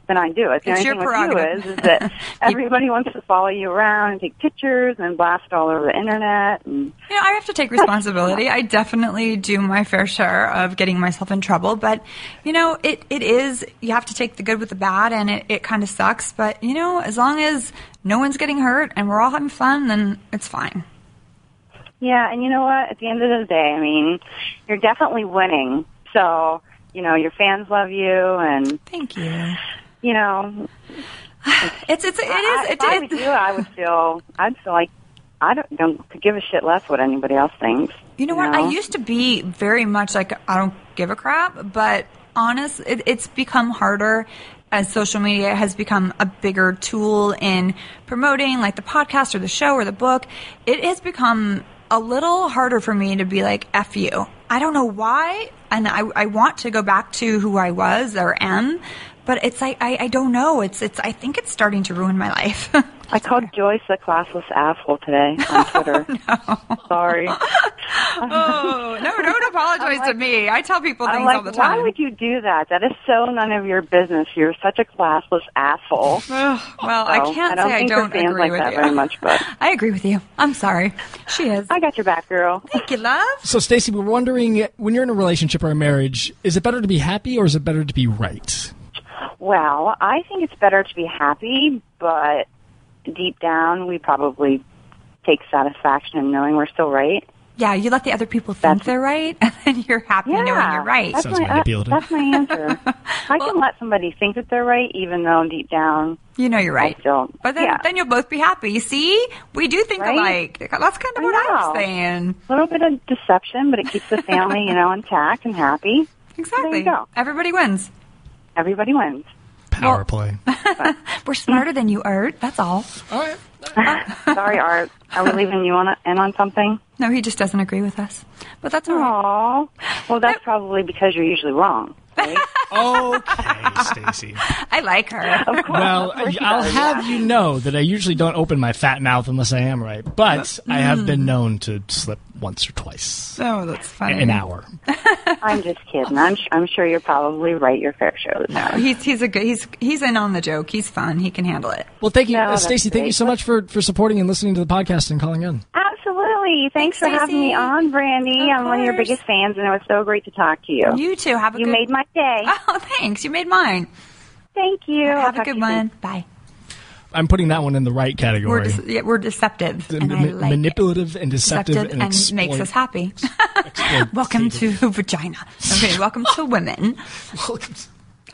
Speaker 4: then I do it. The
Speaker 5: It's
Speaker 4: only
Speaker 5: your
Speaker 4: thing with
Speaker 5: prerogative.
Speaker 4: you is, is that everybody wants to follow you around and take pictures and blast it all over the internet. And
Speaker 5: You know, I have to take responsibility. I definitely do my fair share of getting myself in trouble, but you know, it, it is, you have to take the good with the bad and it, it kind of sucks, but you know, as long as no one's getting hurt and we're all having fun, then it's fine.
Speaker 9: Yeah, and you know what? At the end of the day, I mean, you're definitely winning. So, you know, your fans love you, and
Speaker 5: Thank you.
Speaker 9: you know,
Speaker 5: It's it's it
Speaker 9: I,
Speaker 5: is
Speaker 9: if I
Speaker 5: it's,
Speaker 9: was
Speaker 5: it's
Speaker 9: you, I would feel, I'd feel like I don't, don't could give a shit less what anybody else thinks.
Speaker 5: You know what? I used to be very much like I don't give a crap, but honest, it, it's become harder as social media has become a bigger tool in promoting like the podcast or the show or the book. It has become a little harder for me to be like f you. I don't know why, and I, I want to go back to who I was or am, but it's like I, I don't know. It's it's I think it's starting to ruin my life.
Speaker 9: I called Joyce a classless asshole today on Twitter. Sorry.
Speaker 5: oh no! Don't apologize to me. I tell people things
Speaker 9: I'm like,
Speaker 5: all the
Speaker 9: why
Speaker 5: time.
Speaker 9: would you do that? That is so none of your business. You're such a classless asshole.
Speaker 5: Ugh, well, I
Speaker 9: So,
Speaker 5: can't
Speaker 9: I don't
Speaker 5: say I
Speaker 9: think her
Speaker 5: don't
Speaker 9: fans
Speaker 5: agree
Speaker 9: like
Speaker 5: with
Speaker 9: that
Speaker 5: you
Speaker 9: very much, but-
Speaker 5: I agree with you. I'm sorry. She is.
Speaker 9: I got your back, girl.
Speaker 5: Thank you, love.
Speaker 6: So, Stacy, we're wondering when you're in a relationship or a marriage, is it better to be happy or is it better to be right?
Speaker 9: Well, I think it's better to be happy, but deep down, we probably take satisfaction in knowing we're still right.
Speaker 5: Yeah, you let the other people think
Speaker 9: That's-
Speaker 5: they're right, and then you're happy
Speaker 9: Yeah,
Speaker 5: knowing you're right.
Speaker 9: That's
Speaker 6: Sounds
Speaker 9: my,
Speaker 6: manipulative.
Speaker 9: that's my answer. I can let somebody think that they're right, even though deep down,
Speaker 5: you know you're right.
Speaker 9: don't-
Speaker 5: But then,
Speaker 9: yeah.
Speaker 5: then you'll both be happy. You see, we do think
Speaker 9: Right?
Speaker 5: alike. That's kind of
Speaker 9: I
Speaker 5: what I
Speaker 9: know.
Speaker 5: was saying.
Speaker 9: a little bit of deception, but it keeps the family, you know, intact and happy.
Speaker 5: Exactly.
Speaker 9: There you go.
Speaker 5: Everybody wins.
Speaker 9: Everybody wins.
Speaker 6: Power play.
Speaker 5: We're smarter than you, Art. That's all.
Speaker 6: All right.
Speaker 9: Sorry, Art. Are we leaving you on a, in on something?
Speaker 5: No, he just doesn't agree with us. But that's all right.
Speaker 9: Aw. Well, that's probably because you're usually wrong. Right?
Speaker 6: Okay, Stacy.
Speaker 5: I like her.
Speaker 9: Of course.
Speaker 6: Well,
Speaker 9: Of course you
Speaker 6: I'll
Speaker 9: are,
Speaker 6: have
Speaker 9: yeah.
Speaker 6: you know that I usually don't open my fat mouth unless I am right, but I have
Speaker 5: Mm.
Speaker 6: been known to slip once or twice.
Speaker 5: Oh, that's funny.
Speaker 6: An hour.
Speaker 9: I'm just kidding. I'm, sh- I'm sure you're probably right. Your fair share of the time.
Speaker 5: He's he's a good he's he's in on the joke. He's fun. He can handle it.
Speaker 6: Well, thank you,
Speaker 9: No,
Speaker 6: uh,
Speaker 9: that's
Speaker 6: Stacy. Thank you
Speaker 9: great.
Speaker 6: so much for, for supporting and listening to the podcast and calling in.
Speaker 9: Absolutely. Thanks, for having
Speaker 5: Stacey.
Speaker 9: me on, Brandy.
Speaker 5: Of
Speaker 9: I'm one of your
Speaker 5: course.
Speaker 9: biggest fans, and it was so great to talk to you.
Speaker 5: You too. Have a
Speaker 9: You
Speaker 5: good
Speaker 9: made my day.
Speaker 5: Oh, thanks. You made mine.
Speaker 9: Thank you. I'll
Speaker 5: Have a
Speaker 9: talk to
Speaker 5: good
Speaker 9: you soon.
Speaker 5: one. Bye.
Speaker 6: I'm putting that one in the right
Speaker 5: We're,
Speaker 6: category.
Speaker 5: des- yeah, we're deceptive.
Speaker 6: The
Speaker 5: and I
Speaker 6: ma-
Speaker 5: like it.
Speaker 6: manipulative and deceptive,
Speaker 5: Deceptive
Speaker 6: and,
Speaker 5: and makes us happy.
Speaker 6: happy.
Speaker 5: welcome to vagina. Okay, welcome to women.
Speaker 6: to.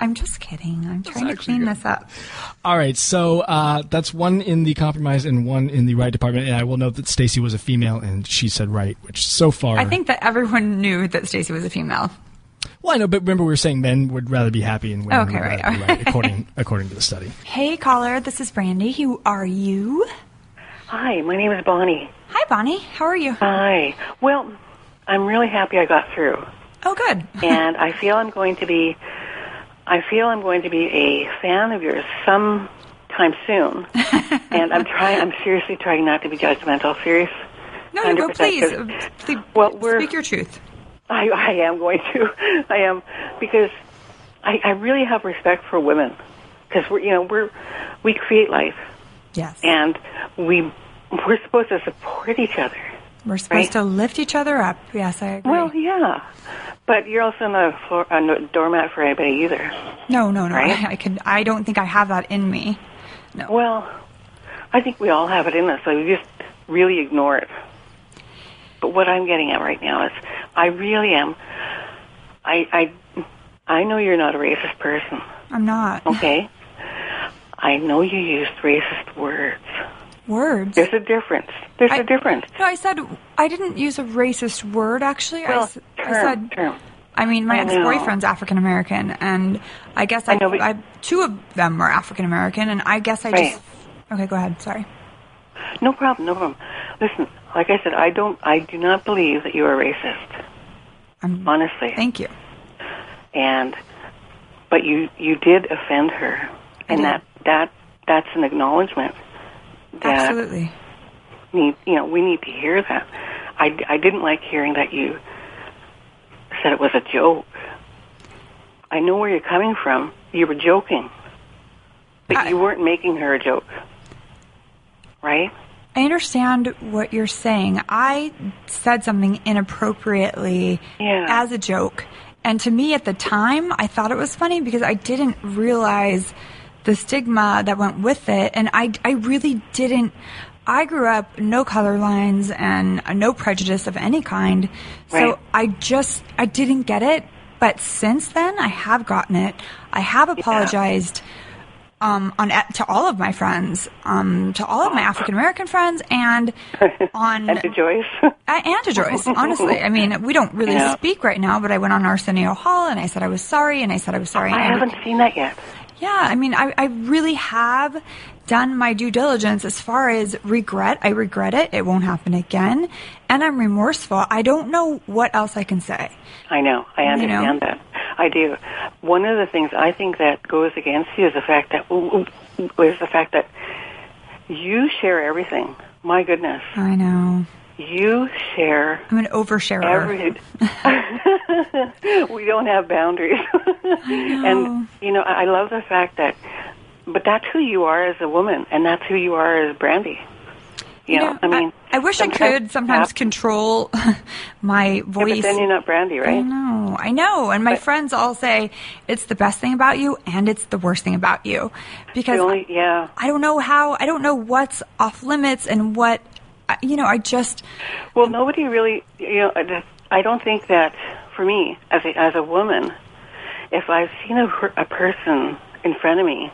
Speaker 5: I'm just kidding. I'm trying to
Speaker 6: actually
Speaker 5: clean
Speaker 6: good.
Speaker 5: this up.
Speaker 6: All right, so uh, that's one in the compromise and one in the right department. And I will note that Stacy was a female and she said right, which so far
Speaker 5: I think that everyone knew that Stacy was a female.
Speaker 6: Well, I know, but remember we were saying men would rather be happy and women
Speaker 5: Okay,
Speaker 6: would
Speaker 5: right,
Speaker 6: rather be
Speaker 5: all right.
Speaker 6: right, according according to the study.
Speaker 5: Hey, caller. This is Brandy. Who are you?
Speaker 8: Hi, my name is Bonnie.
Speaker 5: Hi, Bonnie. How are you?
Speaker 9: Uh,
Speaker 8: Hi. Well, I'm really happy I got through,
Speaker 5: Oh, good.
Speaker 8: and I feel I'm going to be, I feel I'm going to be a fan of yours sometime soon. and I'm trying. I'm seriously trying not to be judgmental. Serious.
Speaker 5: No, you go.
Speaker 8: 100%,
Speaker 5: Please,
Speaker 8: 'cause-
Speaker 5: uh, please
Speaker 8: Well, we're-
Speaker 5: speak your truth.
Speaker 8: I, I am going to. I am because I, I really have respect for women because we're you know we're we create life
Speaker 5: Yes.
Speaker 8: and we we're supposed to support each other.
Speaker 5: We're supposed
Speaker 8: Right.
Speaker 5: to lift each other up. Yes, I agree.
Speaker 8: Well, yeah, but you're also not a, floor, a doormat for anybody either.
Speaker 5: no, no, no.
Speaker 8: Right?
Speaker 5: I, I could. I don't think I have that in me.
Speaker 8: Well, I think we all have it in us, so we just really ignore it. But what I'm getting at right now is, I really am. I I I know you're not a racist person,
Speaker 5: I'm not.
Speaker 8: okay? I know you used racist words.
Speaker 5: Words.
Speaker 8: There's a difference. There's a
Speaker 5: I-
Speaker 8: difference.
Speaker 5: No, I said I didn't use a racist word. Actually, I
Speaker 8: Well,
Speaker 5: s- I,
Speaker 8: term,
Speaker 5: said.
Speaker 8: term.
Speaker 5: I mean, my
Speaker 8: I know.
Speaker 5: ex-boyfriend's African American, and I guess I,
Speaker 8: I know, but-
Speaker 5: I two of them were African American, and I guess I
Speaker 8: Right.
Speaker 5: just. Okay, go ahead. Sorry.
Speaker 8: No problem. No problem. Listen, like I said, I don't. I do not believe that you are racist.
Speaker 5: I'm-
Speaker 8: Honestly,
Speaker 5: Thank you.
Speaker 8: and but you you did offend her and
Speaker 5: did.
Speaker 8: that that that's an acknowledgement that
Speaker 5: Absolutely.
Speaker 8: need you know we need to hear that i i didn't like hearing that you said it was a joke i know where you're coming from you were joking but
Speaker 5: I-
Speaker 8: you weren't making her a joke right
Speaker 5: I understand what you're saying. I said something inappropriately
Speaker 8: Yeah.
Speaker 5: as a joke. And to me at the time, I thought it was funny because I didn't realize the stigma that went with it. And I, I really didn't, I grew up no color lines and no prejudice of any kind.
Speaker 8: Right.
Speaker 5: So I just I didn't get it, but since then I have gotten it. I have apologized um, on to all of my friends, um, to all of my African American friends, and on
Speaker 8: And to Joyce.
Speaker 5: I, and to Joyce, honestly. I mean, we don't really
Speaker 8: Yeah.
Speaker 5: speak right now, but I went on Arsenio Hall and I said I was sorry, and I said I was sorry.
Speaker 8: I
Speaker 5: and
Speaker 8: haven't seen that yet.
Speaker 5: yeah, I mean, I, I really have done my due diligence as far as regret. I regret it. It won't happen again. And I'm remorseful. I don't know what else I can say.
Speaker 8: I know. I
Speaker 5: You know.
Speaker 8: understand that. I do. One of the things I think that goes against you is the fact that is the fact that you share everything. My goodness,
Speaker 5: I know.
Speaker 8: you share
Speaker 5: I'm an oversharer.
Speaker 8: everything. we don't have boundaries, and you know I I love the fact that. But that's who you are as a woman, and that's who you are as Brandy. You, know, I mean,
Speaker 5: I, wish I could sometimes
Speaker 8: Yeah,
Speaker 5: control my voice.
Speaker 8: but then you're not Brandy, right?
Speaker 5: I know, I know. And my friends all say it's the best thing about you and it's the worst thing about you. Because
Speaker 8: The only, yeah.
Speaker 5: I don't know how, I don't know what's off limits and what, I- you know, I just,
Speaker 8: Well, nobody really, you know, I just- I don't think that for me as a, as a woman, if I've seen a, per- a person in front of me,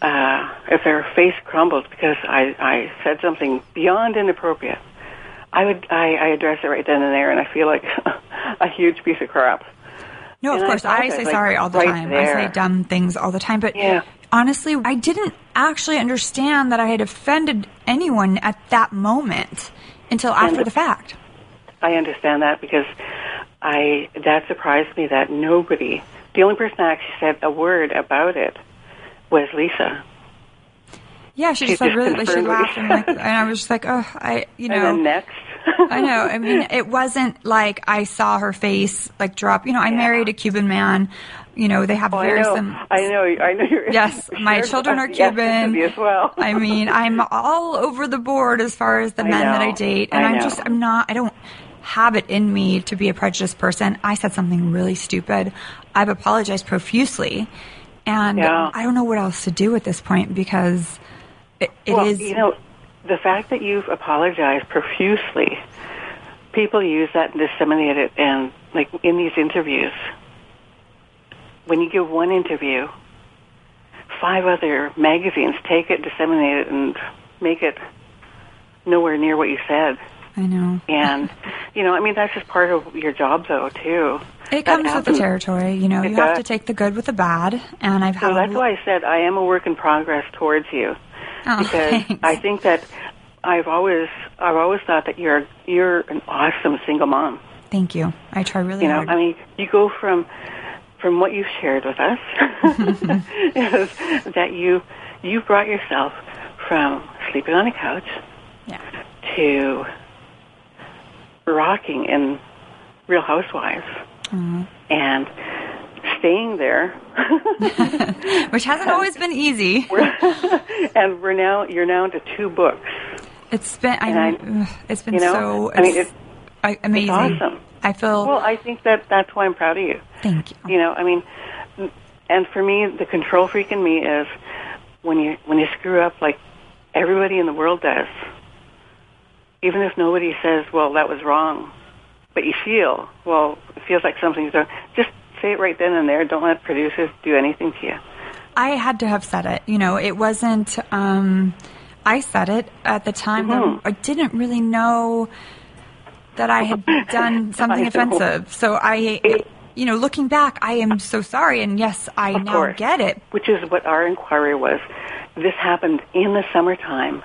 Speaker 8: uh, if their face crumbles because I, I said something beyond inappropriate, I would I, I address it right then and there, and I feel like a huge piece of crap.
Speaker 5: No, of
Speaker 8: And I
Speaker 5: course. I,
Speaker 8: apologize,
Speaker 5: say
Speaker 8: like,
Speaker 5: sorry all the
Speaker 8: right
Speaker 5: time. I
Speaker 8: there.
Speaker 5: say dumb things all the time. But
Speaker 8: Yeah.
Speaker 5: honestly, I didn't actually understand that I had offended anyone at that moment until after the fact.
Speaker 8: I understand that because I that surprised me that nobody, the only person that actually said a word about it was Lisa.
Speaker 5: Yeah, she
Speaker 8: She
Speaker 5: just like
Speaker 8: just
Speaker 5: really, like, she
Speaker 8: confirmed what
Speaker 5: laughed
Speaker 8: you
Speaker 5: and like,
Speaker 8: said.
Speaker 5: and I was just like, oh, I, you know,
Speaker 8: And then next.
Speaker 5: I know. I mean, it wasn't like I saw her face like drop. You know, I married a Cuban man. You know, they have
Speaker 8: Oh,
Speaker 5: very
Speaker 8: I know.
Speaker 5: sim-
Speaker 8: I know. I know. You're
Speaker 5: Yes, my
Speaker 8: Sure,
Speaker 5: children
Speaker 8: but
Speaker 5: are
Speaker 8: yes,
Speaker 5: Cuban.
Speaker 8: this would be as well.
Speaker 5: I mean, I'm all over the board as far as the
Speaker 8: I
Speaker 5: men that I
Speaker 8: know.
Speaker 5: date, and
Speaker 8: I
Speaker 5: I'm
Speaker 8: know.
Speaker 5: just I'm not I don't have it in me to be a prejudiced person. I said something really stupid. I've apologized profusely, and
Speaker 8: Yeah.
Speaker 5: I don't know what else to do at this point because it, it is.
Speaker 8: well, you know, the fact that you've apologized profusely, people use that and disseminate it, and like in these interviews, when you give one interview, five other magazines take it, disseminate it, and make it nowhere near what you said.
Speaker 5: I know
Speaker 8: And you know, I mean, that's just part of your job, though, too.
Speaker 5: it
Speaker 8: That
Speaker 5: comes with the
Speaker 8: happens.
Speaker 5: territory. You know,
Speaker 8: It
Speaker 5: you have
Speaker 8: does.
Speaker 5: to take the good with the bad, and I've had.
Speaker 8: So
Speaker 5: a
Speaker 8: that's
Speaker 5: lo-
Speaker 8: why I said I am a work in progress towards you,
Speaker 5: Oh,
Speaker 8: because
Speaker 5: thanks.
Speaker 8: I think that I've always I've always thought that you're you're an awesome single mom.
Speaker 5: Thank you. I try really
Speaker 8: You know,
Speaker 5: hard.
Speaker 8: I mean, you go from from what you've shared with us is that you you brought yourself from sleeping on a couch
Speaker 5: yeah.
Speaker 8: to rocking in Real Housewives
Speaker 5: Mm-hmm.
Speaker 8: and staying there
Speaker 5: Which hasn't always been easy.
Speaker 8: and we're now you're now into two books.
Speaker 5: It's been
Speaker 8: And
Speaker 5: I,
Speaker 8: I-
Speaker 5: ugh, it's been
Speaker 8: you know,
Speaker 5: so
Speaker 8: I mean,
Speaker 5: it's,
Speaker 8: it-
Speaker 5: I amazing.
Speaker 8: awesome.
Speaker 5: I feel
Speaker 8: Well, I think that that's why I'm proud of you.
Speaker 5: thank you.
Speaker 8: You know, I mean, and for me, the control freak in me is when you when you screw up like everybody in the world does. Even if nobody says, "Well, that was wrong," but you feel, "Well, it feels like something's wrong." Just say it right then and there. Don't let producers do anything to you.
Speaker 5: I had to have said it. You know, it wasn't. Um, I said it at the time. though
Speaker 8: Mm-hmm.
Speaker 5: I didn't really know that I had done something
Speaker 8: know.
Speaker 5: offensive. So I, you know, looking back, I am so sorry. And yes, I
Speaker 8: Of
Speaker 5: now
Speaker 8: course.
Speaker 5: get it.
Speaker 8: Which is what our inquiry was. This happened in the summertime.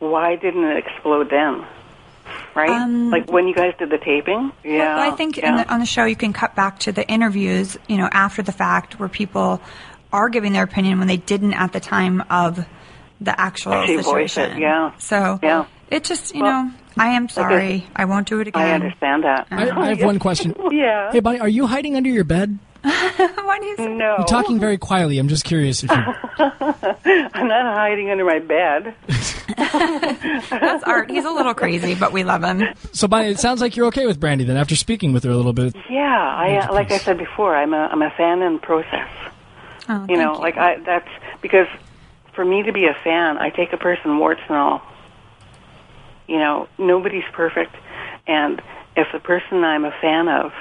Speaker 8: Why didn't it explode then? Right? like when you guys did the taping? Yeah.
Speaker 5: Um, Well, I think in
Speaker 8: yeah.
Speaker 5: the, um, on the show you can cut back to the interviews, you know, after the fact where people are giving their opinion when they didn't at the time of the actual
Speaker 8: Actually voice it,
Speaker 5: situation.
Speaker 8: yeah.
Speaker 5: So
Speaker 8: Yeah.
Speaker 5: it just, you
Speaker 8: Well,
Speaker 5: know, I am sorry. I won't do it again.
Speaker 8: I understand that.
Speaker 5: Uh,
Speaker 6: I, I have one question.
Speaker 8: Yeah.
Speaker 6: Hey, Bonnie, are you hiding under your bed?
Speaker 5: Why do you say-
Speaker 8: no.
Speaker 6: You're talking very quietly. I'm just curious if you.
Speaker 8: I'm not hiding under my bed.
Speaker 5: That's Art. He's a little crazy, but we love him.
Speaker 6: So, Bonnie, it sounds like you're okay with Brandy then after speaking with her a little bit.
Speaker 8: Yeah, I uh, like I said before, I'm a I'm a fan in process.
Speaker 5: Oh,
Speaker 8: you know,
Speaker 5: thank
Speaker 8: like I that's because for me to be a fan, I take a person warts and all. You know, nobody's perfect, and if the person I'm a fan of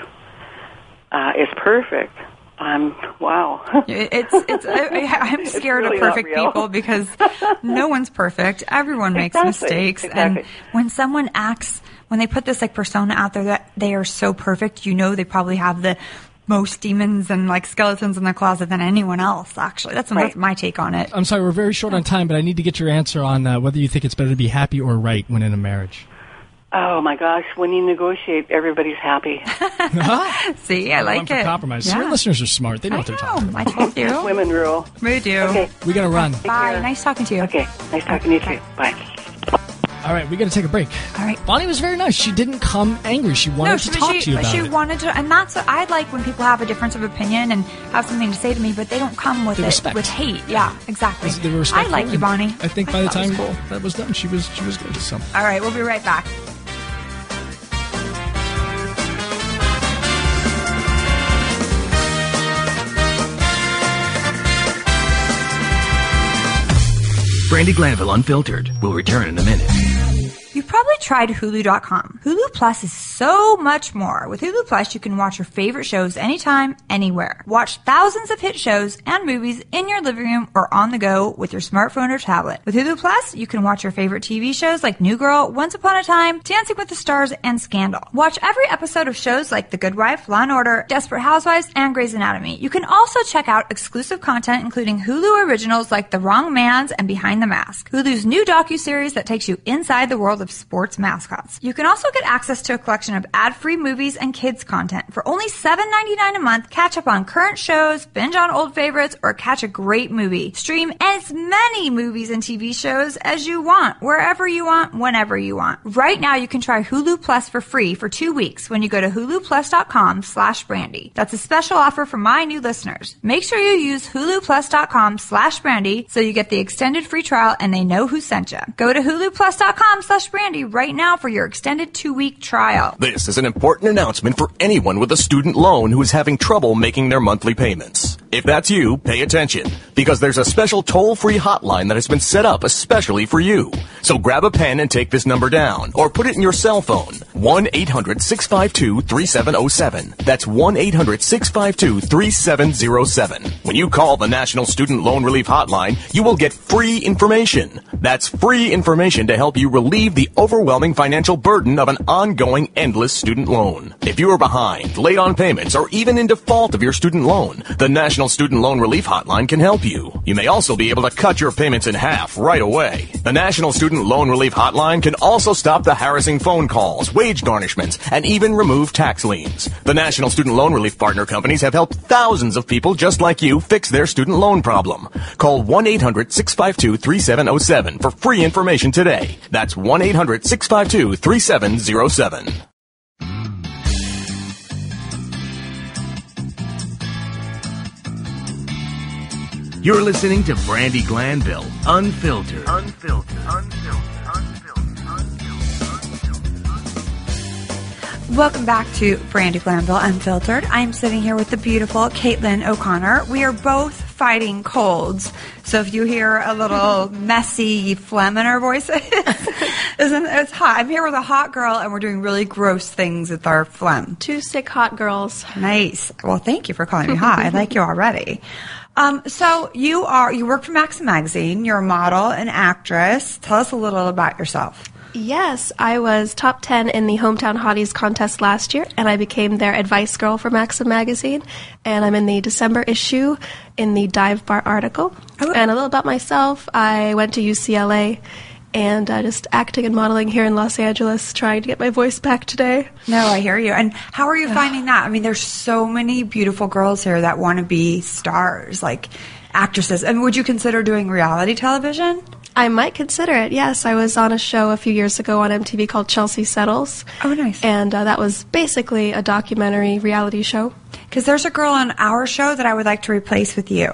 Speaker 8: uh, is perfect, I'm wow.
Speaker 5: It's it's I, I- I'm
Speaker 8: It's
Speaker 5: scared
Speaker 8: really
Speaker 5: of
Speaker 8: not
Speaker 5: perfect
Speaker 8: real.
Speaker 5: people because no one's perfect. Everyone makes
Speaker 8: Exactly,
Speaker 5: mistakes,
Speaker 8: exactly.
Speaker 5: and when someone acts, when they put this like persona out there that they are so perfect, you know they probably have the most demons and like skeletons in their closet than anyone else. Actually, that's that's
Speaker 8: Right.
Speaker 5: my take on it.
Speaker 6: I'm sorry, we're very short on time, but I need to get your answer on uh, whether you think it's better to be happy or right when in a marriage.
Speaker 8: Oh my gosh, when you negotiate, everybody's happy.
Speaker 5: See, I
Speaker 6: One
Speaker 5: like
Speaker 6: for
Speaker 5: it.
Speaker 6: compromise. Your
Speaker 5: Yeah.
Speaker 6: listeners are smart; they know
Speaker 5: I
Speaker 6: what they're talking
Speaker 5: know.
Speaker 6: about.
Speaker 5: I told you.
Speaker 8: Women rule.
Speaker 5: We do.
Speaker 8: Okay.
Speaker 6: We gotta run.
Speaker 5: Bye.
Speaker 8: care.
Speaker 5: Nice talking to you.
Speaker 8: Okay, nice talking to you too. Bye.
Speaker 6: All right, we gotta take a break.
Speaker 5: All right.
Speaker 6: Bonnie was very nice. She didn't come angry. She wanted
Speaker 5: no,
Speaker 6: to
Speaker 5: she,
Speaker 6: talk
Speaker 5: she,
Speaker 6: to you about
Speaker 5: she
Speaker 6: it.
Speaker 5: wanted to, and that's what I like when people have a difference of opinion and have something to say to me, but they don't come with
Speaker 6: They
Speaker 5: it
Speaker 6: respect.
Speaker 5: with hate. Yeah, exactly.
Speaker 6: They were
Speaker 5: I
Speaker 6: respectful,
Speaker 5: like you,
Speaker 6: and
Speaker 5: Bonnie.
Speaker 6: I think by the
Speaker 5: thought it
Speaker 6: time
Speaker 5: was cool.
Speaker 6: that was done, she was she was good. So.
Speaker 5: All right, we'll be right back.
Speaker 10: Brandy Glanville Unfiltered will return in a minute.
Speaker 5: You've probably tried Hulu.com. Hulu Plus is so much more. With Hulu Plus, you can watch your favorite shows anytime, anywhere. Watch thousands of hit shows and movies in your living room or on the go with your smartphone or tablet. With Hulu Plus, you can watch your favorite TV shows like New Girl, Once Upon a Time, Dancing with the Stars, and Scandal. Watch every episode of shows like The Good Wife, Law and Order, Desperate Housewives, and Grey's Anatomy. You can also check out exclusive content including Hulu originals like The Wrong Man's and Behind the Mask, Hulu's new docu-series that takes you inside the world of sports mascots. You can also get access to a collection of ad-free movies and kids content. For only $7.99 a month, catch up on current shows, binge on old favorites, or catch a great movie. Stream as many movies and TV shows as you want, wherever you want, whenever you want. Right now, you can try Hulu Plus for free for two weeks when you go to huluplus.com slash brandy. That's a special offer for my new listeners. Make sure you use huluplus.com slash brandy so you get the extended free trial and they know who sent you. Go to huluplus.com slash brandy right now for your extended two-week trial.
Speaker 1: This is an important announcement for anyone with a student loan who is having trouble making their monthly payments. If that's you, pay attention, because there's a special toll free hotline that has been set up especially for you. So grab a pen and take this number down, or put it in your cell phone 1 800 652 3707. That's 1 800 652 3707. When you call the National Student Loan Relief Hotline, you will get free information. That's free information to help you relieve the overwhelming financial burden of an ongoing endless student loan. If you are behind, late on payments, or even in default of your student loan, the National Student Loan Relief Hotline can help you. You may also be able to cut your payments in half right away. The National Student Loan Relief Hotline can also stop the harassing phone calls, wage garnishments, and even remove tax liens. The National Student Loan Relief Partner Companies have helped thousands of people just like you fix their student loan problem. Call 1-800-652-3707 for free information today. That's 1-800-652-3707.
Speaker 10: You're listening to Brandy Glanville Unfiltered.
Speaker 11: Unfiltered, unfiltered, unfiltered, unfiltered, unfiltered.
Speaker 5: Welcome back to Brandy Glanville Unfiltered. I'm sitting here with the beautiful Caitlin O'Connor. We are both fighting colds. So if you hear a little messy phlegm in our voices, isn't it's hot. I'm here with a hot girl and we're doing really gross things with our phlegm.
Speaker 4: Two sick hot girls.
Speaker 5: Nice. Well, thank you for calling me hot. I like you already. Um, so you are you work for Maxim magazine, you're a model, an actress. Tell us a little about yourself.
Speaker 4: Yes, I was top 10 in the Hometown Hotties contest last year, and I became their advice girl for Maxim magazine. And I'm in the December issue in the Dive Bar article.
Speaker 5: Oh.
Speaker 4: And a little about myself I went to UCLA and uh, just acting and modeling here in Los Angeles, trying to get my voice back today.
Speaker 5: No, I hear you. And how are you finding that? I mean, there's so many beautiful girls here that want to be stars, like actresses. And would you consider doing reality television?
Speaker 4: I might consider it. Yes, I was on a show a few years ago on MTV called Chelsea Settles.
Speaker 5: Oh, nice.
Speaker 4: And uh, that was basically a documentary reality show.
Speaker 5: Because there's a girl on our show that I would like to replace with you.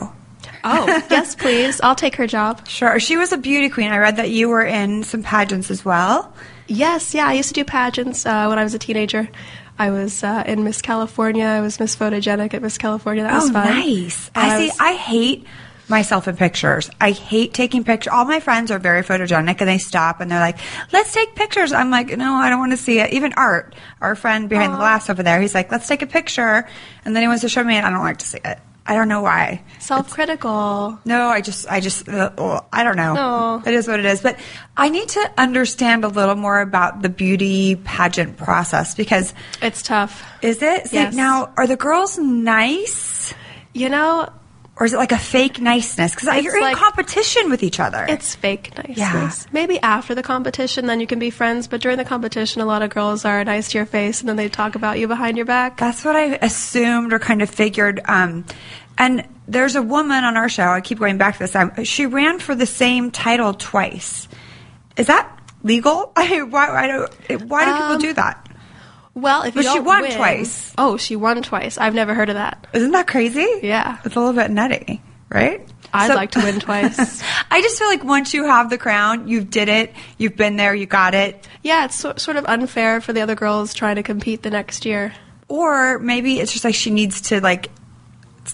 Speaker 4: Oh, yes, please. I'll take her job.
Speaker 5: Sure. She was a beauty queen. I read that you were in some pageants as well.
Speaker 4: Yes, yeah. I used to do pageants uh, when I was a teenager. I was uh, in Miss California. I was Miss Photogenic at Miss California. That was
Speaker 5: oh,
Speaker 4: fun.
Speaker 5: nice.
Speaker 4: And
Speaker 5: I see.
Speaker 4: was-
Speaker 5: I hate myself in pictures. I hate taking pictures. All my friends are very photogenic and they stop and they're like, let's take pictures. I'm like, no, I don't want to see it. Even Art, our friend behind the glass over there, he's like, let's take a picture. And then he wants to show me it. I don't like to see it. I don't know why.
Speaker 4: Self-critical.
Speaker 5: No, I just, I just, uh, well, I don't know.
Speaker 4: No.
Speaker 5: It is what it is. But I need to understand a little more about the beauty pageant process because
Speaker 4: it's tough.
Speaker 5: Is it? See,
Speaker 4: Yes.
Speaker 5: Now, are the girls nice?
Speaker 4: You know,
Speaker 5: or is it like a fake niceness? Because
Speaker 4: It's
Speaker 5: you're in
Speaker 4: like-
Speaker 5: competition with each other.
Speaker 4: It's fake niceness.
Speaker 5: Yeah.
Speaker 4: Maybe after the competition, then you can be friends. But during the competition, a lot of girls are nice to your face, and then they talk about you behind your back.
Speaker 5: That's what I assumed or kind of figured. Um, and there's a woman on our show. I keep going back to this. Um, she ran for the same title twice. Is that legal? I, why, I don't, why do people
Speaker 4: Um,
Speaker 5: do that?
Speaker 4: Well, if you
Speaker 5: But she
Speaker 4: don't
Speaker 5: won
Speaker 4: win-
Speaker 5: twice.
Speaker 4: Oh, she won twice. I've never heard of that.
Speaker 5: Isn't that crazy?
Speaker 4: Yeah,
Speaker 5: It's a little bit nutty, right?
Speaker 4: I'd
Speaker 5: So-
Speaker 4: like to win twice.
Speaker 5: I just feel like once you have the crown, you did it. You've been there. You got it.
Speaker 4: yeah, it's so, sort of unfair for the other girls trying to compete the next year.
Speaker 5: or maybe it's just like she needs to like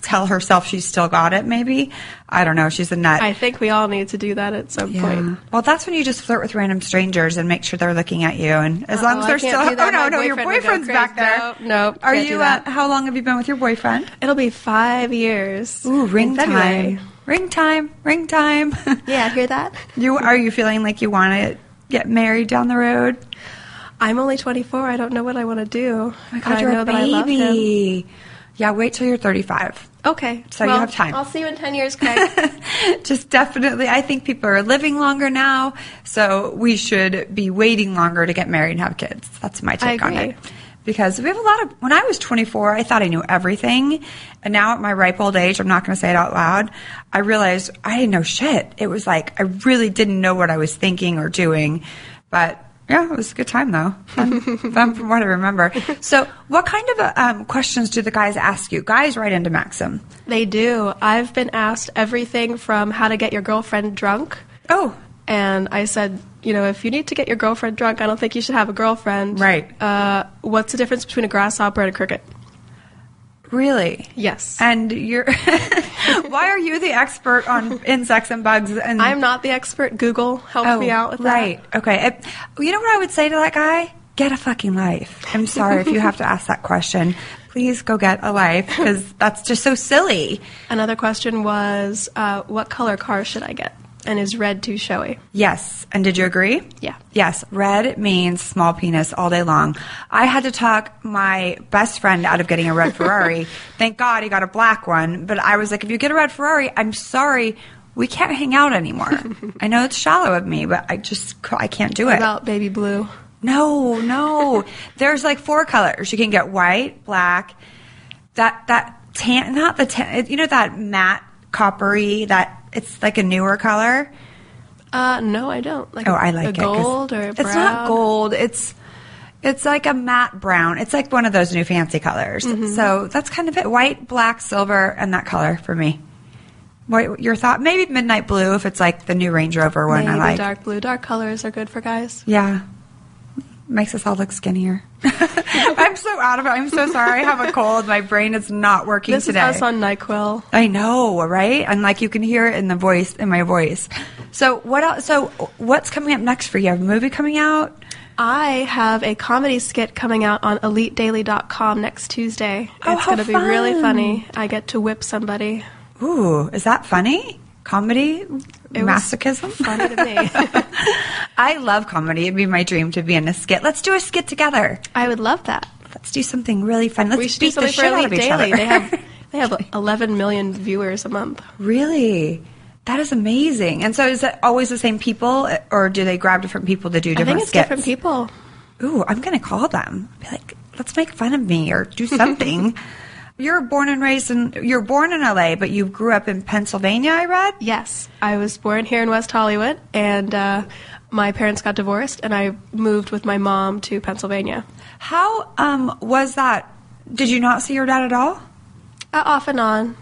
Speaker 5: tell herself she's still got it maybe i don't know she's a nut
Speaker 4: I think we all need to do that at some point.
Speaker 5: well that's when you just flirt with random strangers and make sure they're looking at you and as long
Speaker 4: Uh-oh,
Speaker 5: as
Speaker 4: I
Speaker 5: they're
Speaker 4: can't
Speaker 5: still
Speaker 4: do that.
Speaker 5: oh no
Speaker 4: My
Speaker 5: no your
Speaker 4: boyfriend would go
Speaker 5: boyfriend's back
Speaker 4: crazy.
Speaker 5: there
Speaker 4: No, nope,
Speaker 5: are
Speaker 4: can't
Speaker 5: you
Speaker 4: do that.
Speaker 5: uh, how long have you been with your boyfriend
Speaker 4: It'll be five years.
Speaker 5: Ooh, ring
Speaker 4: in February.
Speaker 5: time ring time ring time
Speaker 4: Yeah, hear that?
Speaker 5: you are you feeling like you want to get married down the road
Speaker 4: I'm only 24. I don't know what I want to do.
Speaker 5: oh my
Speaker 4: But
Speaker 5: god
Speaker 4: I
Speaker 5: you're
Speaker 4: know
Speaker 5: a
Speaker 4: that I love him.
Speaker 5: baby yeah wait till you're 35
Speaker 4: Okay,
Speaker 5: So you
Speaker 4: well,
Speaker 5: have time.
Speaker 4: I'll see you in 10 years, Craig.
Speaker 5: just definitely i think people are living longer now so we should be waiting longer to get married and have kids that's my take
Speaker 4: I
Speaker 5: on
Speaker 4: agree.
Speaker 5: it because we have a lot of when i was 24 i thought i knew everything and now at my ripe old age i'm not going to say it out loud i realized i didn't know shit it was like i really didn't know what i was thinking or doing but yeah, it was a good time though. Fun, fun from what I remember. So, what kind of uh, um, questions do the guys ask you? Guys write into Maxim.
Speaker 4: They do. I've been asked everything from how to get your girlfriend drunk.
Speaker 5: Oh,
Speaker 4: And I said, you know, if you need to get your girlfriend drunk, I don't think you should have a girlfriend.
Speaker 5: Right.
Speaker 4: Uh, what's the difference between a grasshopper and a cricket?
Speaker 5: really?
Speaker 4: Yes.
Speaker 5: And you're why are you the expert on insects and bugs? And
Speaker 4: I'm not the expert. Google helped
Speaker 5: Oh,
Speaker 4: me out with that.
Speaker 5: Right? Okay. It- you know what I would say to that guy? Get a fucking life. I'm sorry if you have to ask that question. Please go get a life because that's just so silly.
Speaker 4: Another question was, uh, what color car should I get? And is red too showy?
Speaker 5: Yes. And did you agree?
Speaker 4: Yeah.
Speaker 5: Yes. Red means small penis all day long. I had to talk my best friend out of getting a red Ferrari. Thank God he got a black one. But I was like, if you get a red Ferrari, I'm sorry. We can't hang out anymore. I know it's shallow of me, but I just c- I can't do
Speaker 4: What
Speaker 5: it.
Speaker 4: about baby blue?
Speaker 5: No, no. There's like four colors. You can get white, black, that that tan, not the tan. You know that matte coppery. That it's like a newer color.
Speaker 4: Uh, no, I don't. Like
Speaker 5: Oh,
Speaker 4: a-
Speaker 5: I like
Speaker 4: a
Speaker 5: it. 'cause
Speaker 4: gold or a
Speaker 5: it's not
Speaker 4: brown?
Speaker 5: gold. It's it's like a matte brown. It's like one of those new fancy colors.
Speaker 4: Mm-hmm.
Speaker 5: So that's kind of it. White, black, silver, and that color for me. What your thought? Maybe midnight blue if it's like the new Range Rover one.
Speaker 4: Maybe
Speaker 5: I like.
Speaker 4: dark blue. Dark colors are good for guys.
Speaker 5: Yeah. Makes us all look skinnier. I'm so out of it. I'm so sorry. I have a cold. My brain is not working
Speaker 4: This
Speaker 5: today.
Speaker 4: is us on NyQuil.
Speaker 5: I know, right? And like you can hear it in the voice, in my voice. So what else? So what's coming up next for you? Have a movie coming out?
Speaker 4: I have a comedy skit coming out on elitedaily.com next Tuesday.
Speaker 5: Oh,
Speaker 4: it's
Speaker 5: how
Speaker 4: going to be really
Speaker 5: fun.
Speaker 4: funny. I get to whip somebody.
Speaker 5: Ooh, is that funny? Comedy?
Speaker 4: It was
Speaker 5: Masochism?
Speaker 4: Funny to me.
Speaker 5: I love comedy. It'd be my dream to be in a skit. Let's do a skit together.
Speaker 4: I would love that.
Speaker 5: Let's do something really fun. Let's
Speaker 4: we should
Speaker 5: beat
Speaker 4: do something
Speaker 5: the
Speaker 4: for
Speaker 5: shit out
Speaker 4: Elite
Speaker 5: of each
Speaker 4: Daily.
Speaker 5: other.
Speaker 4: They have they have 11 million viewers a month.
Speaker 5: Really? That is amazing. And so is it always the same people or do they grab different people to do
Speaker 4: I
Speaker 5: different
Speaker 4: think it's
Speaker 5: skits?
Speaker 4: different people.
Speaker 5: Ooh, I'm going to call them. Be like, "Let's make fun of me or do something." you're born and raised in you're born in LA, but you grew up in Pennsylvania, I read?
Speaker 4: Yes, I was born here in West Hollywood, and uh, my parents got divorced, and I moved with my mom to Pennsylvania.
Speaker 5: How um was that? Did you not see your dad at all?
Speaker 4: Uh, off and on.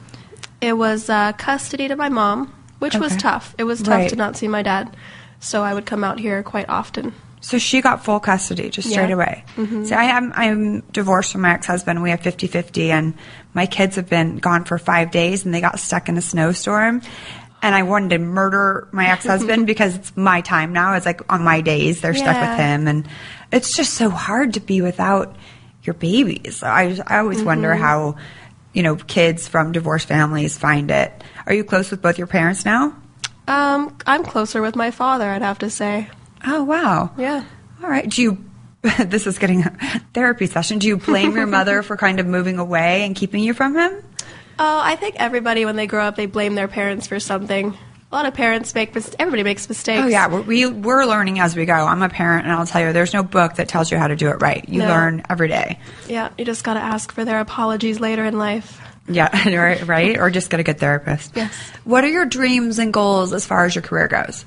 Speaker 4: It was uh, custody to my mom, which was
Speaker 5: Okay.
Speaker 4: tough. It was tough
Speaker 5: Right.
Speaker 4: to not see my dad, so I would come out here quite often.
Speaker 5: So she got full custody just
Speaker 8: Yeah.
Speaker 5: straight away.
Speaker 8: Mhm.
Speaker 5: So I am I'm divorced from my ex-husband. We have 50-50 and my kids have been gone for 5 days and they got stuck in a snowstorm. And I wanted to murder my ex-husband because it's my time now. It's like on my days they're stuck with
Speaker 8: Yeah.
Speaker 5: him and it's just so hard to be without your babies. I just- I always wonder
Speaker 8: Mhm.
Speaker 5: how you know kids from divorced families find it. Are you close with both your parents now?
Speaker 8: Um, I'm closer with my father, I'd have to say.
Speaker 5: Oh wow.
Speaker 8: Yeah.
Speaker 5: All right. Do you? this is getting a therapy session. Do you blame your mother for kind of moving away and keeping you from him?
Speaker 8: Oh, I think everybody when they grow up, they blame their parents for something. A lot of parents make mis- everybody makes mistakes.
Speaker 5: Oh yeah, we're, we we're learning as we go. I'm a parent, and I'll tell you, there's no book that tells you how to do it right. You
Speaker 8: No.
Speaker 5: learn every day.
Speaker 8: Yeah, you just got to ask for their apologies later in life.
Speaker 5: Yeah, right, right. Or just get a good therapist.
Speaker 8: Yes.
Speaker 5: What are your dreams and goals as far as your career goes?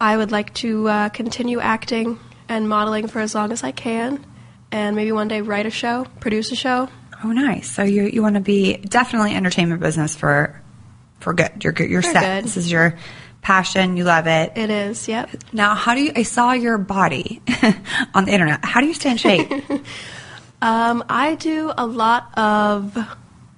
Speaker 8: I would like to uh, continue acting and modeling for as long as I can, and maybe one day write a show, produce a show.
Speaker 5: Oh, nice. So you you want to be definitely entertainment business for for good. You're good. You're
Speaker 8: For
Speaker 5: set.
Speaker 8: good.
Speaker 5: This is your passion. You love it.
Speaker 8: It is. Yep.
Speaker 5: Now, how do you? I saw your body on the internet. How do you stay in shape?
Speaker 8: Um, I do a lot of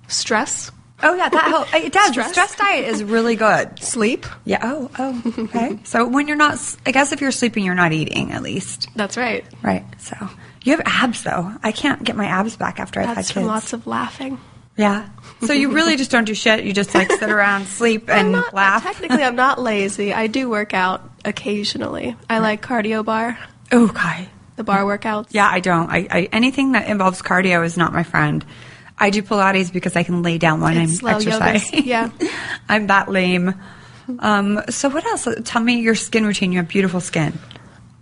Speaker 8: stress.
Speaker 5: Oh yeah, that helps. It does. The
Speaker 8: Stress.
Speaker 5: stress diet is really good.
Speaker 8: Sleep.
Speaker 5: Yeah. Oh. Oh. Okay. so when you're not, s- I guess if you're sleeping, you're not eating at least.
Speaker 8: That's right.
Speaker 5: Right. So you have abs though. I can't get my abs back after I've had
Speaker 8: That's
Speaker 5: kids.
Speaker 8: from lots of laughing.
Speaker 5: yeah. So you really just don't do shit. You just like sit around, sleep, and laugh.
Speaker 8: Technically, I'm not lazy. I do work out occasionally. I like cardio bar,
Speaker 5: Oh God.
Speaker 8: the bar workouts.
Speaker 5: Yeah, I don't. I, I anything that involves cardio is not my friend. I do Pilates because I can lay down when
Speaker 8: It's
Speaker 5: I'm
Speaker 8: slow yoga.
Speaker 5: exercising.
Speaker 8: Yeah.
Speaker 5: I'm that lame. Um, so what else? Tell me your skin routine. You have beautiful skin.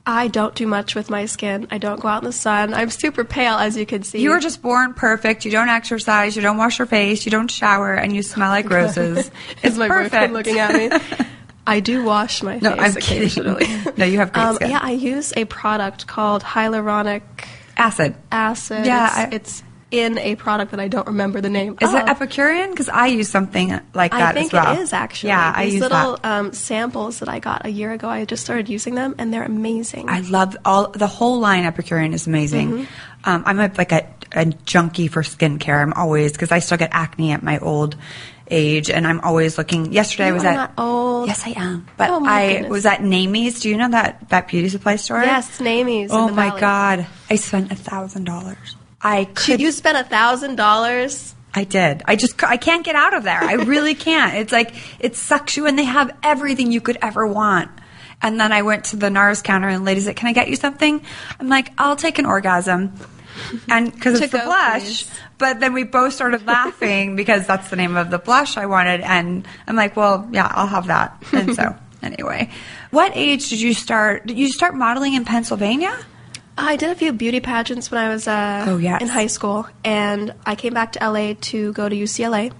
Speaker 8: I don't do much with my skin. I don't go out in the sun. I'm super pale, as you can see.
Speaker 5: You are just born perfect. You don't exercise. You don't wash your face. You don't shower, and you smell like roses.
Speaker 8: Is my
Speaker 5: perfect.
Speaker 8: boyfriend looking at me? I do wash my
Speaker 5: No,
Speaker 8: face
Speaker 5: I'm kidding.
Speaker 8: occasionally.
Speaker 5: No, you have great
Speaker 8: Um,
Speaker 5: skin.
Speaker 8: yeah, I use a product called hyaluronic
Speaker 5: Acid.
Speaker 8: acid.
Speaker 5: Yeah,
Speaker 8: it's,
Speaker 5: I-
Speaker 8: it's in a product that I don't remember the name.
Speaker 5: Is
Speaker 8: of.
Speaker 5: it Epicurean? Because I use something like that
Speaker 8: I think
Speaker 5: as well.
Speaker 8: it is actually.
Speaker 5: Yeah, I
Speaker 8: These
Speaker 5: use
Speaker 8: little
Speaker 5: that.
Speaker 8: Um, samples that I got a year ago. I just started using them, and they're amazing. Mm-hmm.
Speaker 5: I love all the whole line. Epicurean is amazing. Um, I'm a, like a, a junkie for skincare. I'm always because I still get acne at my old age, and I'm always looking. Yesterday I
Speaker 8: You
Speaker 5: was
Speaker 8: are
Speaker 5: at
Speaker 8: not old.
Speaker 5: yes I am, but
Speaker 8: Oh, my
Speaker 5: I
Speaker 8: goodness.
Speaker 5: was at Namie's. Do you know that that beauty supply store?
Speaker 8: Yes, Namie's. in
Speaker 5: Oh
Speaker 8: the
Speaker 5: my
Speaker 8: valley.
Speaker 5: god, I spent a thousand dollars. I
Speaker 8: Should
Speaker 5: could.
Speaker 8: you spend a thousand dollars?
Speaker 5: I did. I just. cou- I can't get out of there. I really can't. It's like it sucks you, and they have everything you could ever want. And then I went to the NARS counter, and the lady said, "Can I get you something?" I'm like, "I'll take an orgasm," and because
Speaker 8: To
Speaker 5: it's the
Speaker 8: go,
Speaker 5: blush.
Speaker 8: please.
Speaker 5: But then we both started laughing because that's the name of the blush I wanted, and I'm like, "Well, yeah, I'll have that." And so, anyway, what age did you start? Did you start modeling in Pennsylvania?
Speaker 8: I did a few beauty pageants when I was uh,
Speaker 5: Oh, yes.
Speaker 8: in high school, and I came back to LA to go to UCLA.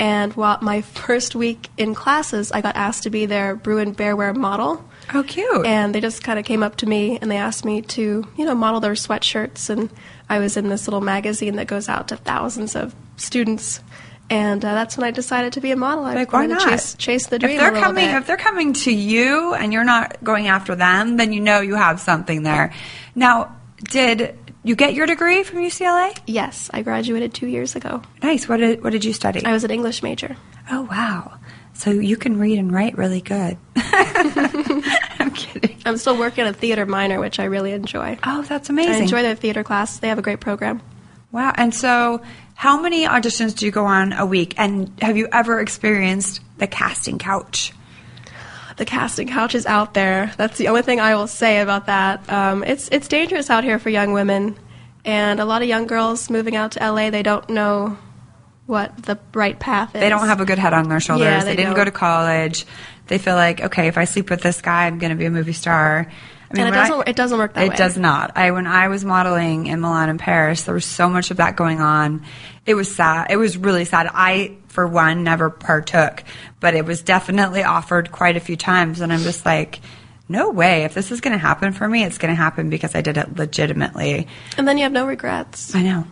Speaker 8: And while my first week in classes, I got asked to be their brew and bearware model.
Speaker 5: Oh, cute.
Speaker 8: and they just kind of came up to me and they asked me to you know model their sweatshirts and i was in this little magazine that goes out to thousands of students and uh, that's when i decided to be a model i
Speaker 5: Like, why
Speaker 8: wanted to
Speaker 5: not?
Speaker 8: chase, chase the dream
Speaker 5: If
Speaker 8: a
Speaker 5: they're
Speaker 8: little
Speaker 5: coming,
Speaker 8: bit.
Speaker 5: if they're coming to you and you're not going after them, then you know you have something there. Now, did you get your degree from UCLA?
Speaker 8: yes i graduated two years ago
Speaker 5: Nice. What did What did you study?
Speaker 8: i was an english major
Speaker 5: oh wow. So you can read and write really good. I'm kidding.
Speaker 8: i'm still working a theater minor which i really enjoy
Speaker 5: Oh, that's
Speaker 8: i
Speaker 5: amazing.
Speaker 8: enjoy their theater class they have a great program
Speaker 5: Wow. And so, how many auditions do you go on a week? And have you ever experienced the casting couch?
Speaker 8: the casting couch is out there. That's the only thing I will say about that. Um, it's it's dangerous out here for young women, and a lot of young girls moving out to LA. They don't know what the right path is.
Speaker 5: They don't have a good head on their shoulders.
Speaker 8: Yeah,
Speaker 5: they,
Speaker 8: they
Speaker 5: didn't go
Speaker 8: don't.
Speaker 5: to college. They feel like, okay, if I sleep with this guy, I'm going to be a movie star. I
Speaker 8: And it
Speaker 5: when
Speaker 8: doesn't- it doesn't work that
Speaker 5: it
Speaker 8: way.
Speaker 5: does not. I when I was modeling in Milan and Paris, there was so much of that going on. It was sad. It was really sad. I, for one, never partook, but it was definitely offered quite a few times, and I'm just like. No way. If this is going to happen for me, it's going to happen because I did it legitimately.
Speaker 8: and then you have no regrets.
Speaker 5: I know.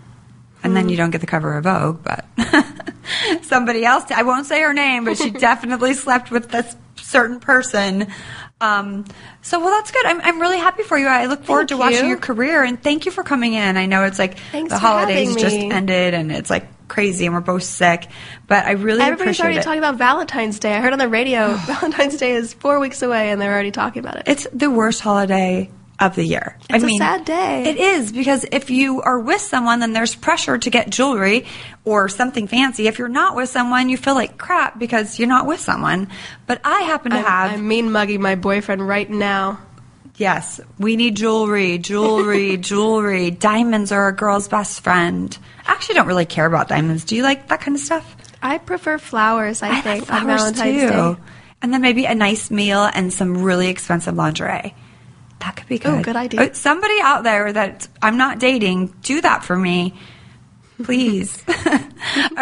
Speaker 5: And then you don't get the cover of Vogue, but somebody else, I won't say her name, but she definitely slept with this certain person Um, so well, that's good. I'm, I'm really happy for you. I look
Speaker 4: Thank
Speaker 5: forward to watching
Speaker 4: you.
Speaker 5: your career, and thank you for coming in. I know it's like
Speaker 4: Thanks
Speaker 5: the
Speaker 4: for
Speaker 5: holidays
Speaker 4: having
Speaker 5: just
Speaker 4: me.
Speaker 5: ended, and it's like crazy, and we're both sick. But I really
Speaker 4: Everybody's
Speaker 5: appreciate
Speaker 4: already
Speaker 5: it.
Speaker 4: talking about Valentine's Day. I heard on the radio Valentine's Day is four weeks away, and they're already talking about it.
Speaker 5: It's the worst holiday of the year.
Speaker 4: It's
Speaker 5: I
Speaker 4: a
Speaker 5: mean,
Speaker 4: sad day.
Speaker 5: It is because if you are with someone, then there's pressure to get jewelry or something fancy. If you're not with someone, you feel like crap because you're not with someone. But I happen to
Speaker 4: I'm,
Speaker 5: have.
Speaker 4: I'm mean mugging my boyfriend right now.
Speaker 5: Yes, we need jewelry, jewelry, jewelry. Diamonds are a girl's best friend. I actually don't really care about diamonds. Do you like that kind of stuff?
Speaker 4: I prefer flowers. I,
Speaker 5: like
Speaker 4: think on Valentine's Day.
Speaker 5: And then maybe a nice meal and some really expensive lingerie. That could be good.
Speaker 4: Ooh, good idea.
Speaker 5: Uh, Somebody out there that I'm not dating, do that for me. Please. All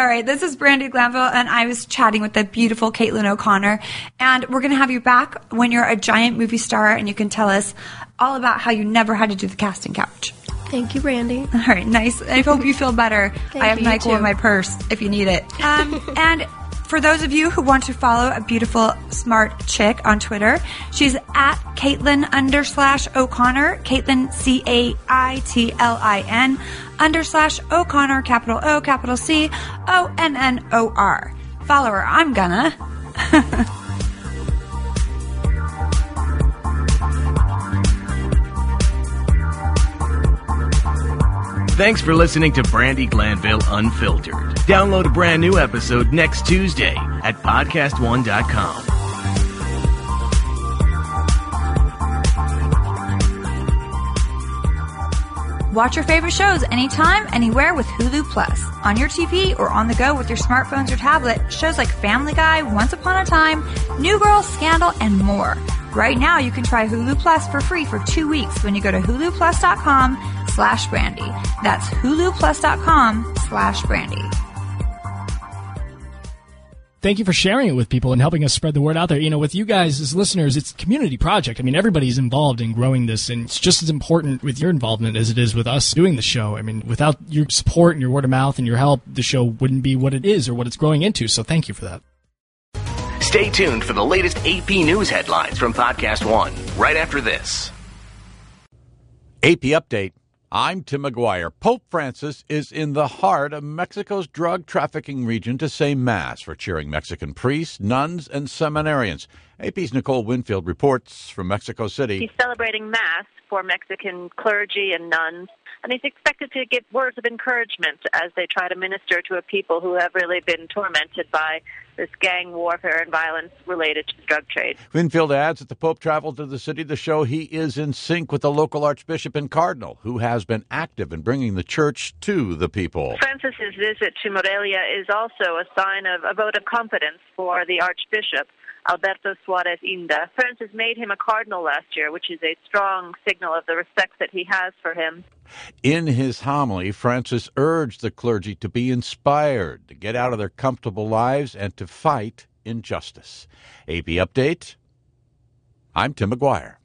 Speaker 5: right, this is Brandy Glanville, and I was chatting with the beautiful Caitlin O'Connor. And we're going to have you back when you're a giant movie star and you can tell us all about how you never had to do the casting couch.
Speaker 4: Thank you, Brandy.
Speaker 5: All right, nice. I hope you feel better.
Speaker 4: Thank
Speaker 5: I have
Speaker 4: you, you
Speaker 5: Michael in
Speaker 4: too.
Speaker 5: my purse if you need it. Um, and for those of you who want to follow a beautiful, smart chick on Twitter, she's at Caitlin under slash O'Connor, Caitlin C A I T L I N under slash O'Connor, capital O, capital C O N N O R. Follow her. I'm gonna.
Speaker 10: Thanks for listening to Brandy Glanville Unfiltered. Download a brand new episode next Tuesday at podcastone.com.
Speaker 5: Watch your favorite shows anytime, anywhere with Hulu Plus. On your TV or on the go with your smartphones or tablet, shows like Family Guy, Once Upon a Time, New Girl, Scandal, and more. Right now, you can try Hulu Plus for free for two weeks when you go to huluplus.com slash brandy. That's huluplus.com slash brandy.
Speaker 6: Thank you for sharing it with people and helping us spread the word out there. You know, with you guys as listeners, it's a community project. I mean, everybody's involved in growing this, and it's just as important with your involvement as it is with us doing the show. I mean, without your support and your word of mouth and your help, the show wouldn't be what it is or what it's growing into. So thank you for that.
Speaker 1: Stay tuned for the latest AP news headlines from Podcast One right after this.
Speaker 2: AP Update. I'm Tim McGuire. Pope Francis is in the heart of Mexico's drug trafficking region to say Mass for cheering Mexican priests, nuns, and seminarians. AP's Nicole Winfield reports from Mexico City.
Speaker 12: He's celebrating Mass for Mexican clergy and nuns, and he's expected to give words of encouragement as they try to minister to a people who have really been tormented by this gang warfare and violence related to the drug trade.
Speaker 2: Winfield adds that the Pope traveled to the city to show he is in sync with the local Archbishop and Cardinal, who has been active in bringing the church to the people.
Speaker 12: Francis's visit to Morelia is also a sign of a vote of confidence for the Archbishop. Alberto Suarez Inda. Francis made him a cardinal last year, which is a strong signal of the respect that he has for him.
Speaker 2: In his homily, Francis urged the clergy to be inspired, to get out of their comfortable lives, and to fight injustice. AP Update I'm Tim McGuire.